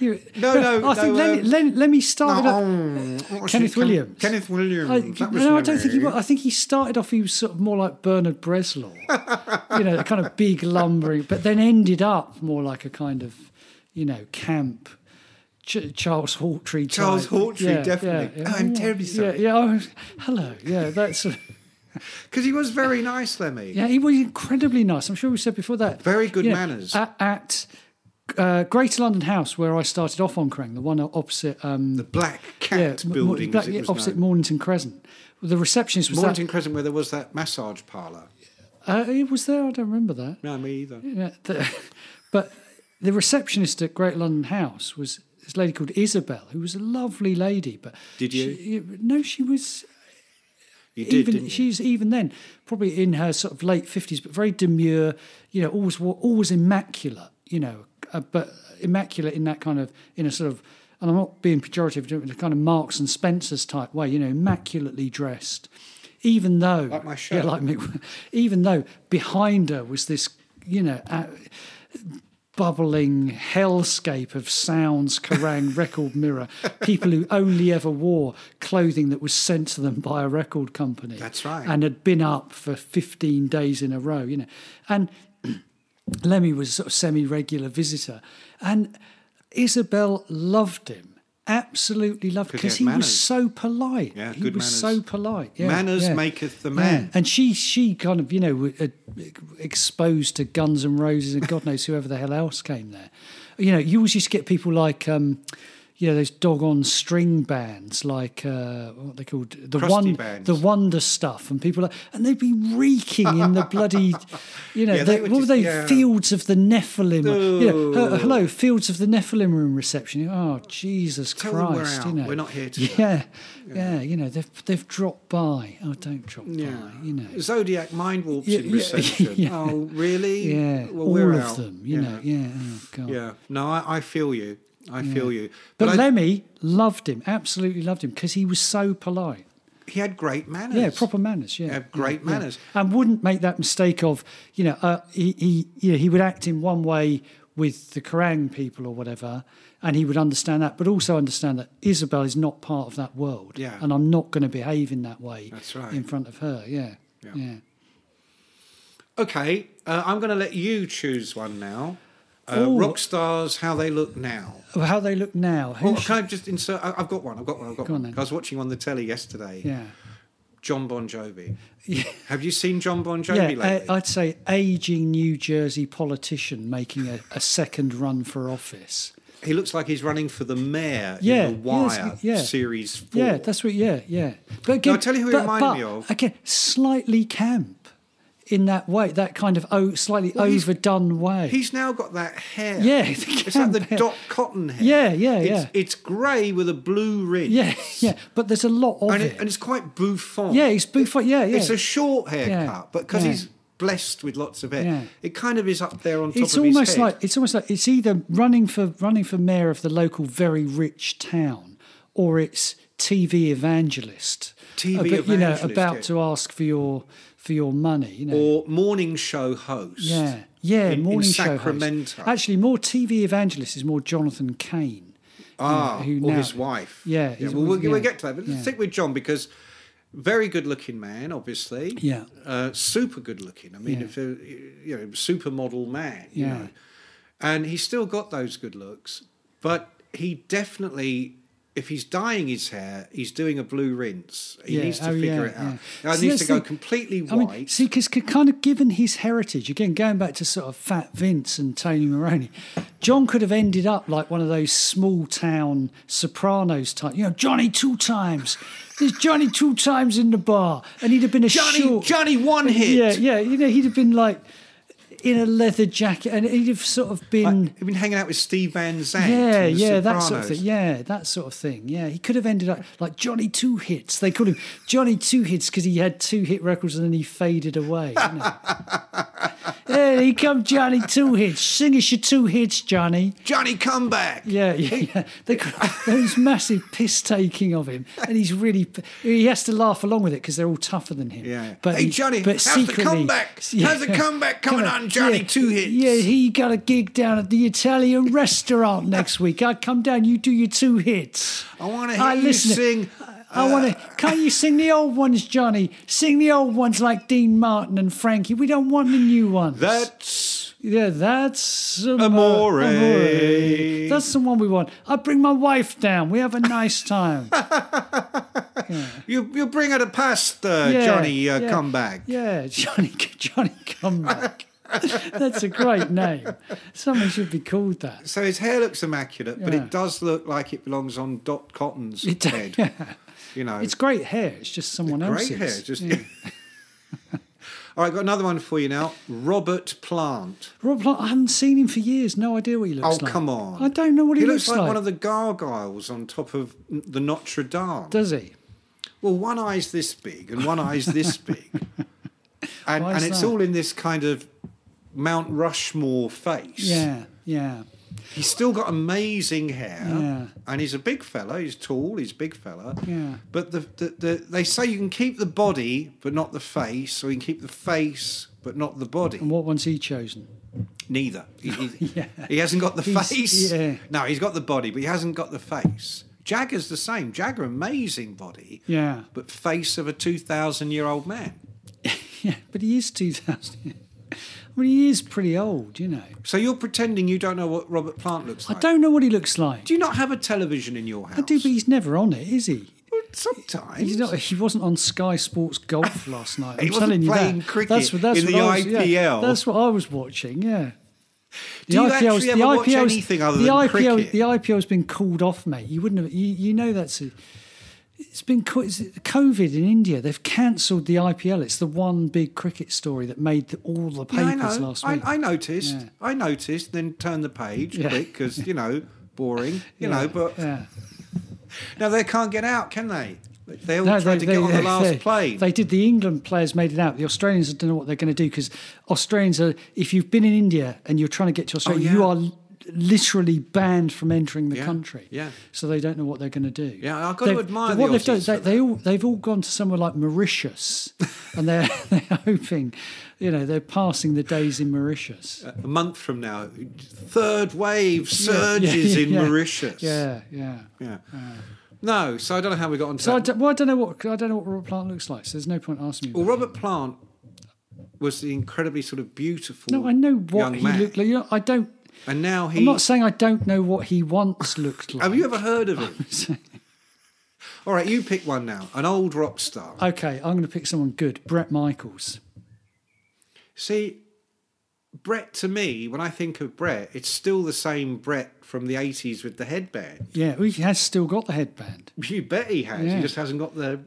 Speaker 3: You-
Speaker 2: No, no,
Speaker 3: I think
Speaker 2: no,
Speaker 3: Lemmy,
Speaker 2: uh,
Speaker 3: Lemmy- Lemmy started.
Speaker 2: no,
Speaker 3: off-
Speaker 2: um, what was
Speaker 3: Oh, Kenneth
Speaker 2: it? Ken-
Speaker 3: Williams.
Speaker 2: Kenneth Williams.
Speaker 3: I,
Speaker 2: Mm, that was
Speaker 3: no, I don't think he
Speaker 2: Lemmy.
Speaker 3: was. I think he started off. He was sort of more like Bernard Breslau, you know, that kind of big lumbering, but then ended up more like a kind of, you know, camp. Ch- Charles Hawtrey. Type.
Speaker 2: Charles Hawtrey, definitely. Oh, I'm terribly sorry.
Speaker 3: Yeah, yeah. oh, hello. Yeah, that's.
Speaker 2: Because he was very nice, Lemmy.
Speaker 3: Yeah, he was incredibly nice. I'm sure we said before that.
Speaker 2: Very good manners.
Speaker 3: At, at uh, Greater London House, where I started off on Crang, the one opposite. Um,
Speaker 2: The Black Cat
Speaker 3: M- M-
Speaker 2: building,
Speaker 3: Black-
Speaker 2: as
Speaker 3: yeah,
Speaker 2: it was
Speaker 3: opposite
Speaker 2: known.
Speaker 3: Mornington Crescent. The receptionist was
Speaker 2: Mornington Crescent, where there was that massage parlour.
Speaker 3: that. Uh, it was there. I don't remember that.
Speaker 2: No, me either.
Speaker 3: Yeah, the- but the receptionist at Great London House was this lady called Isabel, who was a lovely lady. But
Speaker 2: Did you?
Speaker 3: she- no, she was
Speaker 2: You did,
Speaker 3: even.
Speaker 2: didn't you?
Speaker 3: she's even then probably in her sort of late fifties, but very demure. You know, always wa- always immaculate. You know, uh, but immaculate in that kind of in a sort of. And I'm not being pejorative, in a kind of Marks and Spencers type way, you know, immaculately dressed, even though
Speaker 2: Like my
Speaker 3: yeah,
Speaker 2: shirt.
Speaker 3: like me, even though behind her was this, you know, uh, bubbling hellscape of sounds, Kerrang, record mirror, people who only ever wore clothing that was sent to them by a record company.
Speaker 2: That's right.
Speaker 3: And had been up for 15 days in a row, you know. And Lemmy was a sort of semi-regular visitor, and Isabel loved him. Absolutely loved
Speaker 2: 'Cause he had
Speaker 3: because he, was
Speaker 2: manners.
Speaker 3: so polite.
Speaker 2: Yeah,
Speaker 3: he
Speaker 2: good
Speaker 3: was
Speaker 2: manners.
Speaker 3: so polite. Yeah,
Speaker 2: Manners
Speaker 3: yeah.
Speaker 2: maketh the
Speaker 3: Yeah.
Speaker 2: man.
Speaker 3: And she, she kind of, you know, w- uh, exposed to Guns and Roses and God knows whoever the hell else came there. You know, you always used to get people like, um, you know, those dog on string bands, like uh, what they called the
Speaker 2: Crusty
Speaker 3: one,
Speaker 2: bands.
Speaker 3: the wonder stuff, and people, are, and they'd be reeking in the bloody, you know,
Speaker 2: Yeah, they
Speaker 3: they,
Speaker 2: were
Speaker 3: what were
Speaker 2: just-
Speaker 3: they
Speaker 2: yeah.
Speaker 3: fields of the Nephilim? You know,
Speaker 2: Oh.
Speaker 3: "Oh, hello, fields of the Nephilim room reception. Oh, Jesus
Speaker 2: Tell them we're
Speaker 3: Christ!
Speaker 2: out.
Speaker 3: You know,
Speaker 2: We're not here today.
Speaker 3: Yeah, yeah, you know, they've they've dropped by. Oh, don't drop
Speaker 2: Yeah.
Speaker 3: by. You know,
Speaker 2: Zodiac mind warps
Speaker 3: Yeah,
Speaker 2: in
Speaker 3: yeah,
Speaker 2: reception.
Speaker 3: yeah.
Speaker 2: Oh, really?
Speaker 3: yeah,
Speaker 2: Well,
Speaker 3: all
Speaker 2: we're
Speaker 3: of
Speaker 2: out.
Speaker 3: them. You know, yeah. Oh God.
Speaker 2: Yeah. No, I, I feel you. I feel you.
Speaker 3: But,
Speaker 2: But, I,
Speaker 3: Lemmy loved him, absolutely loved him, because he was so polite.
Speaker 2: he had great manners.
Speaker 3: Yeah, proper manners. Yeah,
Speaker 2: Yeah, great
Speaker 3: Yeah, yeah.
Speaker 2: manners.
Speaker 3: and wouldn't make that mistake of you know uh, he, he you know he would act in one way with the Kerrang people or whatever, and he would understand that, but also understand that Isabel is not part of that world.
Speaker 2: Yeah.
Speaker 3: and I'm not going to behave in that way.
Speaker 2: That's right.
Speaker 3: In front of her. Yeah.
Speaker 2: Yeah.
Speaker 3: Yeah.
Speaker 2: Okay, uh, I'm going to let you choose one now. Uh,
Speaker 3: Ooh.
Speaker 2: rock stars, how they look now.
Speaker 3: Well, how they look now. Who
Speaker 2: Well,
Speaker 3: should-
Speaker 2: can I just insert? I- I've got one. I've got one. I've got
Speaker 3: Go on
Speaker 2: one.
Speaker 3: then.
Speaker 2: I was watching on the telly yesterday.
Speaker 3: yeah.
Speaker 2: John Bon Jovi.
Speaker 3: Yeah.
Speaker 2: Have you seen John Bon Jovi
Speaker 3: Yeah,
Speaker 2: lately?
Speaker 3: I- I'd say aging New Jersey politician making a, a second run for office.
Speaker 2: he looks like he's running for the mayor
Speaker 3: Yeah,
Speaker 2: in The
Speaker 3: yes,
Speaker 2: Wire
Speaker 3: yeah.
Speaker 2: series four.
Speaker 3: Yeah, that's what. Yeah, yeah. But again,
Speaker 2: I'll tell you who it
Speaker 3: but,
Speaker 2: reminded
Speaker 3: but,
Speaker 2: me of.
Speaker 3: Again, slightly camp in that way, that kind of oh, slightly
Speaker 2: Well, he's-
Speaker 3: overdone way.
Speaker 2: He's now got that hair.
Speaker 3: Yeah, the
Speaker 2: it's like
Speaker 3: camp
Speaker 2: the
Speaker 3: hair.
Speaker 2: Dot Cotton hair.
Speaker 3: Yeah, yeah,
Speaker 2: it's,
Speaker 3: yeah.
Speaker 2: It's grey with a blue ridge.
Speaker 3: yeah, yeah. But there's a lot of
Speaker 2: and,
Speaker 3: it.
Speaker 2: it, and it's quite bouffant.
Speaker 3: yeah, he's Buffon. Yeah, yeah.
Speaker 2: It's a short haircut,
Speaker 3: Yeah,
Speaker 2: but because
Speaker 3: yeah.
Speaker 2: he's blessed with lots of hair,
Speaker 3: Yeah.
Speaker 2: it kind of is up there on top
Speaker 3: it's
Speaker 2: of his
Speaker 3: almost
Speaker 2: head.
Speaker 3: like it's almost like it's either running for running for mayor of the local very rich town, or it's TV evangelist.
Speaker 2: TV
Speaker 3: Uh, but, you know,
Speaker 2: evangelist,
Speaker 3: about
Speaker 2: yeah.
Speaker 3: to ask for your for your money. You know,
Speaker 2: or morning show host.
Speaker 3: Yeah, yeah,
Speaker 2: in- in
Speaker 3: morning show host.
Speaker 2: Sacramento.
Speaker 3: Actually, more TV evangelist is more Jonathan Cain,
Speaker 2: Ah,
Speaker 3: who
Speaker 2: or
Speaker 3: now-
Speaker 2: his wife.
Speaker 3: Yeah, his
Speaker 2: well, we'll,
Speaker 3: wife,
Speaker 2: we'll
Speaker 3: yeah,
Speaker 2: get to that. But
Speaker 3: yeah.
Speaker 2: let's stick with John because very good looking man, obviously.
Speaker 3: Yeah.
Speaker 2: Uh, super good looking. I mean,
Speaker 3: Yeah.
Speaker 2: if uh, you know, supermodel man. You
Speaker 3: Yeah.
Speaker 2: know. And he's still got those good looks, but he definitely. If he's dyeing his hair, he's doing a blue rinse. He
Speaker 3: Yeah,
Speaker 2: needs to
Speaker 3: oh,
Speaker 2: figure
Speaker 3: yeah,
Speaker 2: it out.
Speaker 3: yeah.
Speaker 2: Now, It
Speaker 3: See,
Speaker 2: needs
Speaker 3: that's
Speaker 2: to go
Speaker 3: the-
Speaker 2: completely
Speaker 3: I
Speaker 2: white.
Speaker 3: mean, see, because kind of given his heritage, again, going back to sort of Fat Vince and Tony Maroney, John could have ended up like one of those small town Sopranos type, you know, Johnny two times. There's Johnny two times in the bar, and he'd have been a
Speaker 2: Johnny,
Speaker 3: short-
Speaker 2: Johnny, one hit.
Speaker 3: Yeah, yeah, you know, he'd have been like in a leather jacket, and he'd have sort of been.
Speaker 2: Like, he'd been hanging out with Steve Van Zandt.
Speaker 3: Yeah,
Speaker 2: and the
Speaker 3: yeah, that sort of
Speaker 2: Sopranos.
Speaker 3: thing. Yeah, that sort of thing. Yeah, he could have ended up like Johnny Two Hits. They called him Johnny Two Hits because he had two hit records and then he faded away. didn't he? yeah, he come Johnny Two Hits. Sing us your two hits, Johnny.
Speaker 2: Johnny, come back.
Speaker 3: Yeah, yeah, yeah. They got those massive piss taking of him, and he's really he has to laugh along with it because they're all tougher than him.
Speaker 2: Yeah.
Speaker 3: but
Speaker 2: Hey,
Speaker 3: he-
Speaker 2: Johnny,
Speaker 3: but
Speaker 2: how's the
Speaker 3: secretly,
Speaker 2: comeback? How's the comeback coming
Speaker 3: Come
Speaker 2: on, Johnny
Speaker 3: Yeah,
Speaker 2: Two Hits?
Speaker 3: Yeah, he got a gig down at the Italian restaurant next week. I come down, you do your two hits.
Speaker 2: I want to hear you
Speaker 3: listen
Speaker 2: sing.
Speaker 3: I want to. Can't you sing the old ones, Johnny? Sing the old ones like Dean Martin and Frankie. We don't want the new ones.
Speaker 2: That's
Speaker 3: Yeah, that's am-
Speaker 2: Amore.
Speaker 3: amore. That's the one we want. I bring my wife down. We have a nice time.
Speaker 2: you. You bring out a pasta,
Speaker 3: Yeah,
Speaker 2: Johnny. Uh,
Speaker 3: yeah,
Speaker 2: Come back.
Speaker 3: Yeah, Johnny, Johnny, come back. that's a great name. Someone should be called that.
Speaker 2: So his hair looks immaculate, but
Speaker 3: Yeah.
Speaker 2: it does look like it belongs on Dot Cotton's
Speaker 3: It-
Speaker 2: head. You know,
Speaker 3: It's great hair. It's just someone
Speaker 2: great
Speaker 3: else's.
Speaker 2: hair. Just. All right, got another one for you now. Robert Plant.
Speaker 3: Rob, Plant, I haven't seen him for years. No idea what he
Speaker 2: Oh,
Speaker 3: looks like.
Speaker 2: come on.
Speaker 3: I don't know what he,
Speaker 2: He looks like,
Speaker 3: like.
Speaker 2: one of the gargoyles on top of the Notre Dame.
Speaker 3: Does he?
Speaker 2: well, one eye's this big and one eye's this big. And,
Speaker 3: Why
Speaker 2: and
Speaker 3: is
Speaker 2: it's
Speaker 3: that?
Speaker 2: all in this kind of Mount Rushmore face.
Speaker 3: Yeah, yeah.
Speaker 2: He's still got amazing hair.
Speaker 3: Yeah.
Speaker 2: And he's a big fella. He's tall. He's a big fella.
Speaker 3: Yeah.
Speaker 2: But the, the, the, they say you can keep the body, but not the face, or you can keep the face, but not the body.
Speaker 3: And what one's he chosen?
Speaker 2: Neither. He, he,
Speaker 3: Yeah.
Speaker 2: he hasn't got the
Speaker 3: He's-
Speaker 2: face.
Speaker 3: yeah.
Speaker 2: No, he's got the body, but he hasn't got the face. Jagger's the same. Jagger, amazing body,
Speaker 3: Yeah,
Speaker 2: but face of a 2,000 year old man.
Speaker 3: yeah. But he is two thousand. I mean, he is pretty old, you know.
Speaker 2: So you're pretending you don't know what Robert Plant looks
Speaker 3: I
Speaker 2: like.
Speaker 3: don't know what he looks like.
Speaker 2: Do you not have a television in your house?
Speaker 3: I do, but he's never on it, is he?
Speaker 2: Sometimes.
Speaker 3: He's not, he wasn't on Sky Sports Golf last night. I'm
Speaker 2: He wasn't
Speaker 3: telling you
Speaker 2: playing
Speaker 3: that.
Speaker 2: cricket
Speaker 3: that's what, that's
Speaker 2: in
Speaker 3: what
Speaker 2: the
Speaker 3: I was, yeah,
Speaker 2: IPL.
Speaker 3: that's what I was watching. Yeah.
Speaker 2: Do you actually ever watch anything other
Speaker 3: the
Speaker 2: than
Speaker 3: IPL,
Speaker 2: cricket?
Speaker 3: The IPL has been called off, mate. You wouldn't have. You, you know that's. A, it's been co- it's COVID in India. They've cancelled the IPL. It's the one big cricket story that made the, all the
Speaker 2: Yeah, I
Speaker 3: papers
Speaker 2: know.
Speaker 3: last
Speaker 2: I,
Speaker 3: week.
Speaker 2: I noticed.
Speaker 3: Yeah.
Speaker 2: I noticed. Then turn the page
Speaker 3: Yeah.
Speaker 2: quick because you know boring. You
Speaker 3: Yeah,
Speaker 2: know, but
Speaker 3: yeah.
Speaker 2: now they can't get out, can they? They all
Speaker 3: No,
Speaker 2: tried to get on the last
Speaker 3: they-
Speaker 2: plane.
Speaker 3: They did. The England players made it out. The Australians don't know what they're going to do because Australians are. If you've been in India and you're trying to get to Australia,
Speaker 2: Oh, yeah.
Speaker 3: you are l- literally banned from entering the
Speaker 2: Yeah,
Speaker 3: country.
Speaker 2: yeah.
Speaker 3: So they don't know what they're going to do.
Speaker 2: Yeah, I've got to
Speaker 3: They've-
Speaker 2: admire
Speaker 3: what
Speaker 2: the
Speaker 3: they've done.
Speaker 2: Aussies
Speaker 3: They,
Speaker 2: for
Speaker 3: they all they've all gone to somewhere like Mauritius, and they're they're hoping, you know, they're passing the days in Mauritius.
Speaker 2: a month from now, third wave
Speaker 3: Yeah, yeah,
Speaker 2: surges in
Speaker 3: yeah.
Speaker 2: Mauritius.
Speaker 3: Yeah, yeah.
Speaker 2: Yeah. No, so I don't know how we got onto
Speaker 3: So I
Speaker 2: that.
Speaker 3: don't, well, I don't know what I don't know what Robert Plant looks like. So there's no point asking me.
Speaker 2: Well, Robert Plant was the incredibly sort of beautiful.
Speaker 3: no, I know what
Speaker 2: young
Speaker 3: he
Speaker 2: man.
Speaker 3: looked like. You know, I don't.
Speaker 2: And now he.
Speaker 3: I'm not saying I don't know what he once looked like.
Speaker 2: Have you ever heard of him? All right, you pick one now. An old rock star.
Speaker 3: Okay, I'm going to pick someone good. Brett Michaels.
Speaker 2: See, Brett to me, when I think of Brett, it's still the same Brett from the 80s with the headband.
Speaker 3: Yeah, well, he has still got the headband,
Speaker 2: You bet he has.
Speaker 3: Yeah.
Speaker 2: He just hasn't got the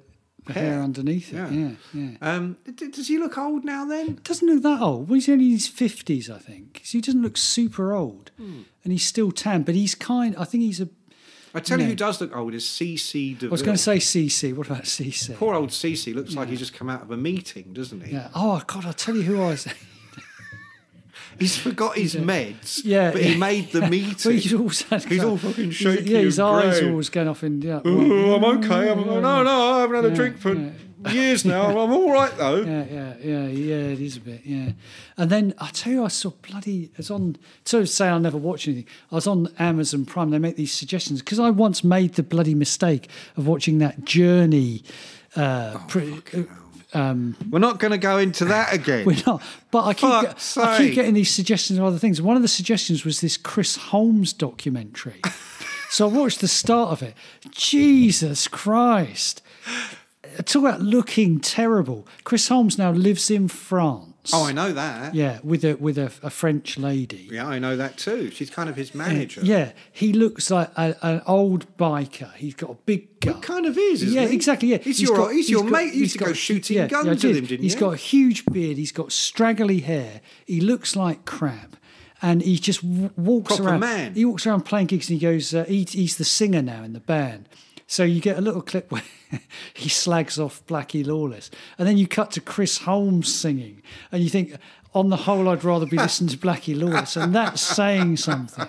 Speaker 3: the
Speaker 2: hair.
Speaker 3: hair underneath it.
Speaker 2: Yeah.
Speaker 3: Yeah, yeah.
Speaker 2: Um, d- does he look old now then?
Speaker 3: Doesn't look that old. Well, he's only in his fifties, I think. So he doesn't look super old,
Speaker 2: Hmm.
Speaker 3: and he's still tan. But he's kind. I think he's a.
Speaker 2: I
Speaker 3: I
Speaker 2: tell you
Speaker 3: No.
Speaker 2: who does look old is CC DeVille.
Speaker 3: was going to say CC. What about CC?
Speaker 2: Poor old CC looks like he's just come out of a meeting, doesn't he?
Speaker 3: yeah. Oh God, I'll tell you who I was.
Speaker 2: He's forgot his meds,
Speaker 3: Yeah,
Speaker 2: but
Speaker 3: yeah.
Speaker 2: he made the meeting.
Speaker 3: well, he's all sad.
Speaker 2: He's all fucking
Speaker 3: He's-
Speaker 2: shaky
Speaker 3: Yeah, his
Speaker 2: and
Speaker 3: eyes
Speaker 2: grey.
Speaker 3: are always going off in. Yeah,
Speaker 2: Ooh, I'm okay. I'm, no, no, I haven't had a drink for years now. I'm all right though.
Speaker 3: Yeah, yeah, yeah, yeah. It is a bit, yeah. And then I tell you, I saw bloody. It's on. To say I never watch anything. I was on Amazon Prime. They make these suggestions because I once made the bloody mistake of watching that Journey. Uh,
Speaker 2: Oh,
Speaker 3: pre-
Speaker 2: We're not going to go into that again.
Speaker 3: we're not, but I keep,
Speaker 2: Fuck's
Speaker 3: get- I keep
Speaker 2: sake.
Speaker 3: getting these suggestions of other things. One of the suggestions was this Chris Holmes documentary. so I watched the start of it. Jesus Christ! Uh, Talk about looking terrible. Chris Holmes now lives in France.
Speaker 2: oh, I know that. Yeah.
Speaker 3: Yeah, with a with a, a French lady.
Speaker 2: I know that too. She's kind of his manager.
Speaker 3: Yeah, he looks like a, an old biker. He's got a big gun.
Speaker 2: He kind of is. Isn't
Speaker 3: yeah,
Speaker 2: he?
Speaker 3: exactly. Yeah,
Speaker 2: He's, your he's, your
Speaker 3: got-
Speaker 2: mate. You used
Speaker 3: he's
Speaker 2: to go
Speaker 3: got-
Speaker 2: shooting
Speaker 3: yeah,
Speaker 2: guns
Speaker 3: yeah, I
Speaker 2: with him, didn't
Speaker 3: He's
Speaker 2: you?
Speaker 3: got a huge beard. He's got straggly hair. He looks like crap, and he just w- walks
Speaker 2: Proper
Speaker 3: around.
Speaker 2: man.
Speaker 3: He walks around playing gigs, and he goes. Uh, he, he's the singer now in the band. So you get a little clip where he slags off Blackie Lawless, and then you cut to Chris Holmes singing, and you think, on the whole, I'd rather be listening to Blackie Lawless, and that's saying something,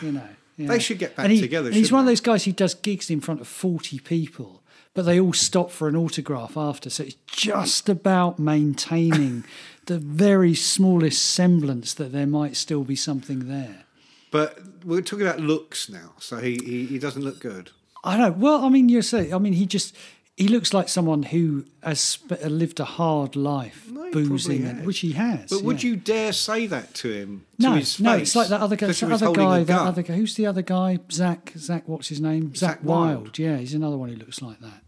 Speaker 3: you know. yeah.
Speaker 2: They should get back
Speaker 3: And he-
Speaker 2: together,
Speaker 3: and he's
Speaker 2: shouldn't
Speaker 3: one of
Speaker 2: they?
Speaker 3: those guys who does gigs in front of 40 people, but they all stop for an autograph after. So it's just about maintaining the very smallest semblance that there might still be something there.
Speaker 2: But we're talking about looks now, so he, he, he doesn't look good.
Speaker 3: I don't. Well, I mean, you say. I mean, he just he looks like someone who has sp- lived a hard life,
Speaker 2: No, he
Speaker 3: boozing,
Speaker 2: probably
Speaker 3: and,
Speaker 2: has.
Speaker 3: which he has.
Speaker 2: But would
Speaker 3: yeah.
Speaker 2: you dare say that to him?
Speaker 3: No,
Speaker 2: to his
Speaker 3: no,
Speaker 2: face?
Speaker 3: it's like that other guy.
Speaker 2: Because he
Speaker 3: That
Speaker 2: was
Speaker 3: other
Speaker 2: holding
Speaker 3: guy.
Speaker 2: a
Speaker 3: That
Speaker 2: gun.
Speaker 3: other guy. Who's the other guy? Zach. Zach. What's his name? Zach,
Speaker 2: Zach
Speaker 3: Wild.
Speaker 2: Wilde.
Speaker 3: Yeah, he's another one who looks like that.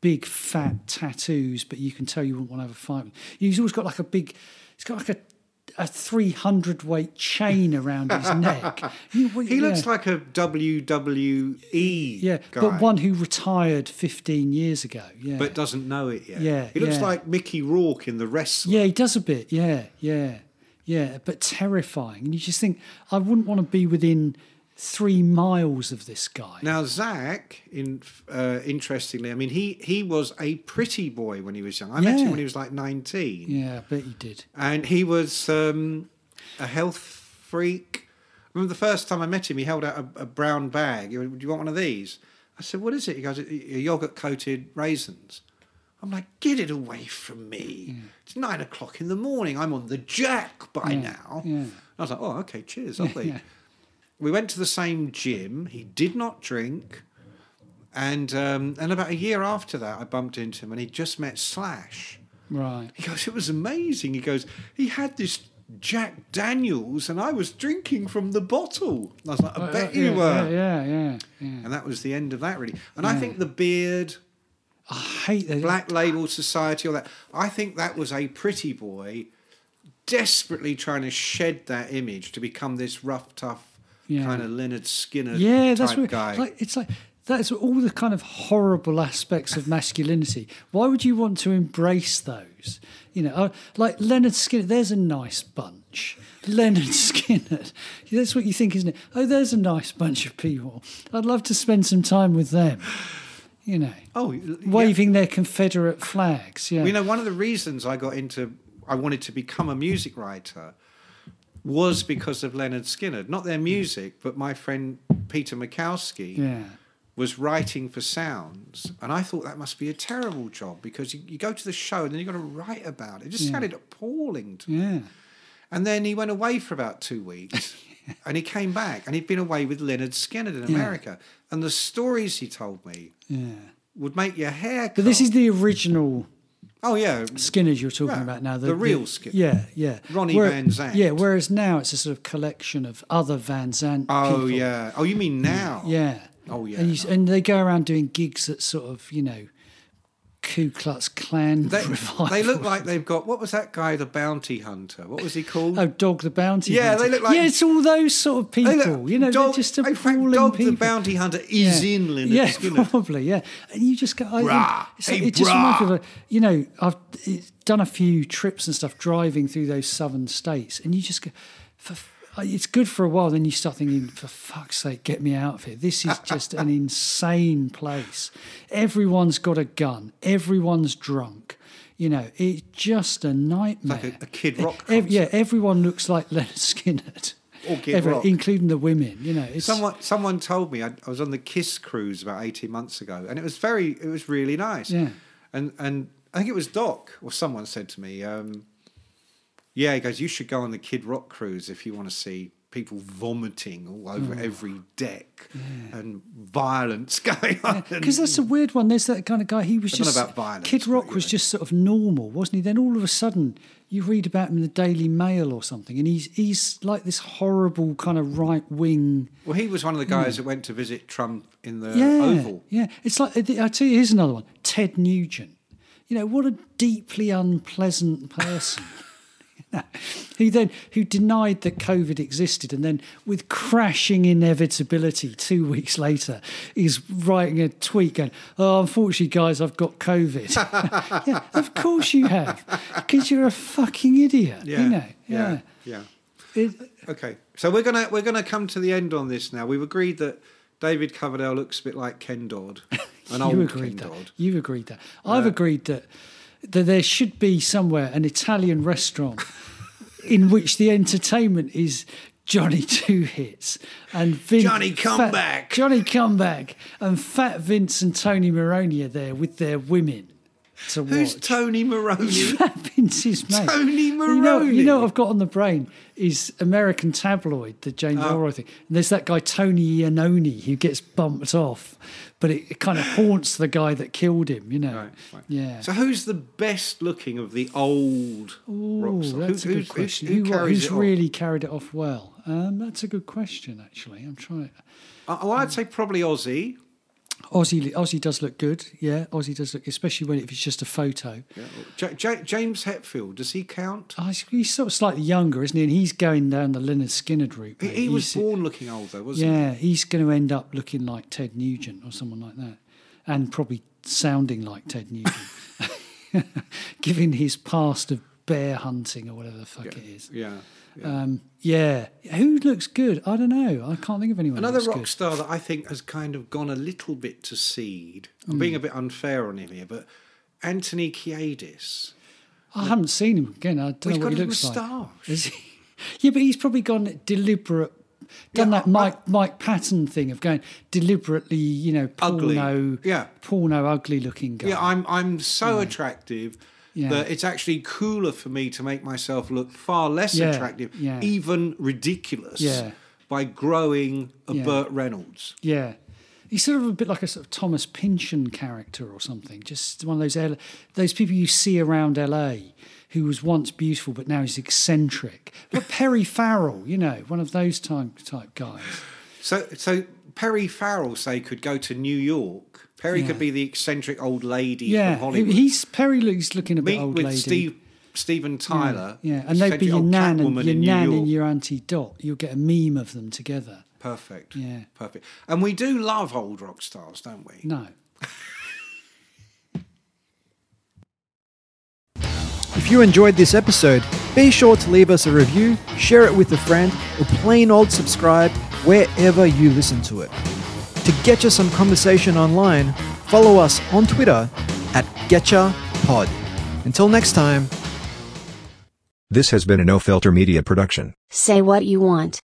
Speaker 3: Big fat tattoos, but you can tell you wouldn't want to have a fight. with He's always got like a big. He's got like a a three hundred weight chain around his neck. You- what-
Speaker 2: He
Speaker 3: yeah.
Speaker 2: looks like a WWE
Speaker 3: yeah,
Speaker 2: guy,
Speaker 3: but one who retired fifteen years ago. Yeah,
Speaker 2: but doesn't know it yet.
Speaker 3: Yeah,
Speaker 2: he looks
Speaker 3: yeah.
Speaker 2: like Mickey Rourke in the wrestler.
Speaker 3: Yeah, he does a bit. Yeah, yeah, yeah. But terrifying. And you just think, I wouldn't want to be within three miles of this guy.
Speaker 2: Now Zach, in uh, interestingly, I mean he he was a pretty boy when he was young. I met
Speaker 3: Yeah.
Speaker 2: him when he was like nineteen,
Speaker 3: Yeah, I bet he did.
Speaker 2: and he was um, a health freak. I remember the first time I met him, he held out a, a brown bag. He went, Do you want one of these? I said, What is it? He goes, Yogurt coated raisins. I'm like, Get it away from me. It's nine o'clock in the morning. I'm on the jack by now.
Speaker 3: yeah.
Speaker 2: I was like, Oh, okay, cheers, lovely. We went to the same gym. He did not drink. And um, and about a year after that, I bumped into him and he just met Slash.
Speaker 3: Right.
Speaker 2: He goes, it was amazing. He goes, he had this Jack Daniels, and I was drinking from the bottle. And I was like, I bet
Speaker 3: Oh, yeah,
Speaker 2: you were.
Speaker 3: Yeah, yeah, yeah. yeah.
Speaker 2: And that was the end of that, really. And I think the beard,
Speaker 3: I hate that.
Speaker 2: Black Label Society, all that. I think that was a pretty boy desperately trying to shed that image to become this rough, tough
Speaker 3: Yeah.
Speaker 2: kind of Leonard Skinner
Speaker 3: yeah,
Speaker 2: type
Speaker 3: that's what,
Speaker 2: guy.
Speaker 3: Like, it's like that's all the kind of horrible aspects of masculinity. Why would you want to embrace those? You know, uh, like Leonard Skinner. There's a nice bunch. Leonard Skinner. That's what you think, isn't it? Oh, there's a nice bunch of people. I'd love to spend some time with them. You know,
Speaker 2: oh, yeah.
Speaker 3: waving their Confederate flags. Yeah.
Speaker 2: You know, one of the reasons I got into, I wanted to become a music writer was because of Leonard Skinner. Not their music, but my friend Peter Mikowski
Speaker 3: yeah.
Speaker 2: was writing for Sounds. And I thought that must be a terrible job because you, you go to the show and then you've got to write about it. It just sounded appalling to me.
Speaker 3: Yeah.
Speaker 2: And then he went away for about two weeks and he came back and he'd been away with Leonard Skinner in America. And the stories he told me
Speaker 3: Yeah.
Speaker 2: would make your hair
Speaker 3: But this is the original
Speaker 2: Oh, yeah.
Speaker 3: Skinners you're talking
Speaker 2: Yeah,
Speaker 3: about now.
Speaker 2: the real Skinner.
Speaker 3: Yeah, yeah.
Speaker 2: Ronnie Van Zant.
Speaker 3: Yeah, whereas now it's a sort of collection of other Van Zant
Speaker 2: Oh,
Speaker 3: people.
Speaker 2: yeah. Oh, you mean now?
Speaker 3: Yeah.
Speaker 2: Oh, yeah.
Speaker 3: And, you, s- and they go around doing gigs at sort of, you know, Ku Klux Klan
Speaker 2: They,
Speaker 3: revival.
Speaker 2: they look like they've got what was that guy, the bounty hunter? What was he called?
Speaker 3: Oh, Dog the Bounty
Speaker 2: Yeah,
Speaker 3: Hunter.
Speaker 2: they look like-
Speaker 3: Yeah, it's all those sort of people.
Speaker 2: They look-
Speaker 3: you know,
Speaker 2: Dog-
Speaker 3: they're just
Speaker 2: in
Speaker 3: appalling
Speaker 2: fact, Dog
Speaker 3: people.
Speaker 2: the bounty hunter is
Speaker 3: yeah.
Speaker 2: in Leonard
Speaker 3: Yeah,
Speaker 2: Skinner.
Speaker 3: probably. Yeah, and you just go. I think-
Speaker 2: Brah.
Speaker 3: it's like-
Speaker 2: Hey,
Speaker 3: it just reminds me
Speaker 2: brah.
Speaker 3: of a- you know I've it's done a few trips and stuff driving through those southern states, and you just go. For, f- it's good for a while, then you start thinking, for fuck's sake, get me out of here. This is just an insane place. Everyone's got a gun. Everyone's drunk. You know, it's just a nightmare.
Speaker 2: a- a Kid Rock
Speaker 3: Ev- yeah, everyone looks like Leonard Skinner.
Speaker 2: Or Kid Rock.
Speaker 3: Including the women. You know, it's.
Speaker 2: Someone, someone told me I, I was on the Kiss cruise about eighteen months ago, and it was very, it was really nice.
Speaker 3: Yeah.
Speaker 2: and and I think it was Doc or someone said to me, um, "Yeah, he goes, you should go on the Kid Rock cruise if you want to see." People vomiting all over
Speaker 3: Mm.
Speaker 2: every deck and violence going on. and-
Speaker 3: Because that's a weird one. There's that kind of guy. He was
Speaker 2: I don't know
Speaker 3: just
Speaker 2: about violence,
Speaker 3: Kid
Speaker 2: but,
Speaker 3: Rock
Speaker 2: you
Speaker 3: was
Speaker 2: know.
Speaker 3: just sort of normal, wasn't he? Then all of a sudden, you read about him in the Daily Mail or something, and he's he's like this horrible kind of right wing.
Speaker 2: Well, he was one of the guys that went to visit Trump in the
Speaker 3: Hmm. yeah,
Speaker 2: uh, Oval.
Speaker 3: yeah. It's like I tell you, here's another one. Ted Nugent. You know what a deeply unpleasant person. who then who denied that COVID existed, and then with crashing inevitability, two weeks later, is writing a tweet going, "Oh, unfortunately, guys, I've got COVID." yeah, of course you have, because you're a fucking idiot. you know.
Speaker 2: yeah,
Speaker 3: Yeah.
Speaker 2: yeah.
Speaker 3: It-
Speaker 2: Okay, so we're gonna we're gonna come to the end on this now. We've agreed that David Coverdale looks a bit like Ken Dodd, an
Speaker 3: you
Speaker 2: old Uh, Ken
Speaker 3: agreed that.
Speaker 2: Dodd.
Speaker 3: You agreed that. I've agreed that that there should be somewhere an Italian restaurant in which the entertainment is Johnny Two Hits and Vin,
Speaker 2: Johnny Comeback.
Speaker 3: Fat, Johnny Comeback, and Fat Vince and Tony Maroney are there with their women to
Speaker 2: Who's
Speaker 3: watch.
Speaker 2: Tony Maroney?
Speaker 3: Fat Vince's mate.
Speaker 2: Tony
Speaker 3: You know,
Speaker 2: Maroney.
Speaker 3: you know what I've got on the brain is American tabloid, the James
Speaker 2: Ah.
Speaker 3: Ellroy thing. And there's that guy Tony Iannone who gets bumped off, but it, it kind of haunts the guy that killed him. You know.
Speaker 2: Right, right.
Speaker 3: Yeah.
Speaker 2: So who's the best looking of the old
Speaker 3: Ooh,
Speaker 2: rock stars?
Speaker 3: that's
Speaker 2: Who- who's-
Speaker 3: a good
Speaker 2: who's-
Speaker 3: question.
Speaker 2: who
Speaker 3: Who-
Speaker 2: carries
Speaker 3: who's
Speaker 2: it on?
Speaker 3: really carried it off well? Um, that's a good question, actually. I'm trying.
Speaker 2: Uh, well,
Speaker 3: Hmm.
Speaker 2: I'd say probably Ozzy.
Speaker 3: Aussie, Aussie does look good. Yeah, Aussie does look, especially when if it's just a photo.
Speaker 2: J- J- James Hetfield. Does he count?
Speaker 3: Oh, he's, he's sort of slightly younger, isn't he? And he's going down the Leonard Skinner route.
Speaker 2: He,
Speaker 3: mate.
Speaker 2: he was
Speaker 3: He's-
Speaker 2: born looking old though, wasn't he?
Speaker 3: Yeah, he's going to end up looking like Ted Nugent or someone like that, and probably sounding like Ted Nugent, given his past of bear hunting or whatever the fuck it is.
Speaker 2: Yeah. yeah.
Speaker 3: Um, yeah, who looks good? I don't know. I can't think of anyone. who
Speaker 2: Another
Speaker 3: looks
Speaker 2: rock
Speaker 3: Mm, good.
Speaker 2: star that I think has kind of gone a little bit to seed.
Speaker 3: Mm.
Speaker 2: I'm being a bit unfair on him here, but Anthony Kiedis.
Speaker 3: I haven't seen him again. I don't
Speaker 2: Well, he's
Speaker 3: know what
Speaker 2: got
Speaker 3: he
Speaker 2: a
Speaker 3: looks like.
Speaker 2: moustache.
Speaker 3: Is he? Yeah, but he's probably gone deliberate. Done
Speaker 2: Yeah,
Speaker 3: that
Speaker 2: I-
Speaker 3: Mike Mike Patton thing of going deliberately, you know,
Speaker 2: Ugly.
Speaker 3: porno,
Speaker 2: Yeah.
Speaker 3: porno, ugly looking guy.
Speaker 2: Yeah, I'm I'm so attractive
Speaker 3: Yeah.
Speaker 2: that it's actually cooler for me to make myself look far less
Speaker 3: Yeah,
Speaker 2: attractive,
Speaker 3: yeah.
Speaker 2: even ridiculous,
Speaker 3: Yeah.
Speaker 2: by growing a
Speaker 3: Yeah.
Speaker 2: Burt Reynolds.
Speaker 3: Yeah. He's sort of a bit like a sort of Thomas Pynchon character or something. Just one of those L- those people you see around LA who was once beautiful but now is eccentric. But Perry Farrell, you know, one of those type type guys.
Speaker 2: So so Perry Farrell say could go to New York. Perry could be
Speaker 3: Yeah.
Speaker 2: the eccentric old lady from
Speaker 3: Yeah, he-
Speaker 2: Hollywood.
Speaker 3: he's Perry looks looking a bit
Speaker 2: Meet
Speaker 3: old
Speaker 2: with
Speaker 3: lady.
Speaker 2: Steve Stephen Tyler.
Speaker 3: yeah, and they'd be
Speaker 2: eccentric
Speaker 3: your
Speaker 2: old
Speaker 3: nan and
Speaker 2: Catwoman
Speaker 3: your
Speaker 2: in New
Speaker 3: nan
Speaker 2: York.
Speaker 3: and your auntie Dot. You'll get a meme of them together.
Speaker 2: Perfect.
Speaker 3: Yeah.
Speaker 2: Perfect. And we do love old rock stars, don't we?
Speaker 3: No,
Speaker 1: If you enjoyed this episode, be sure to leave us a review, share it with a friend, or plain old subscribe wherever you listen to it. To getcha some conversation online, follow us on Twitter at GetchaPod. Until next time,
Speaker 4: This has been a No Filter Media production.
Speaker 5: Say what you want.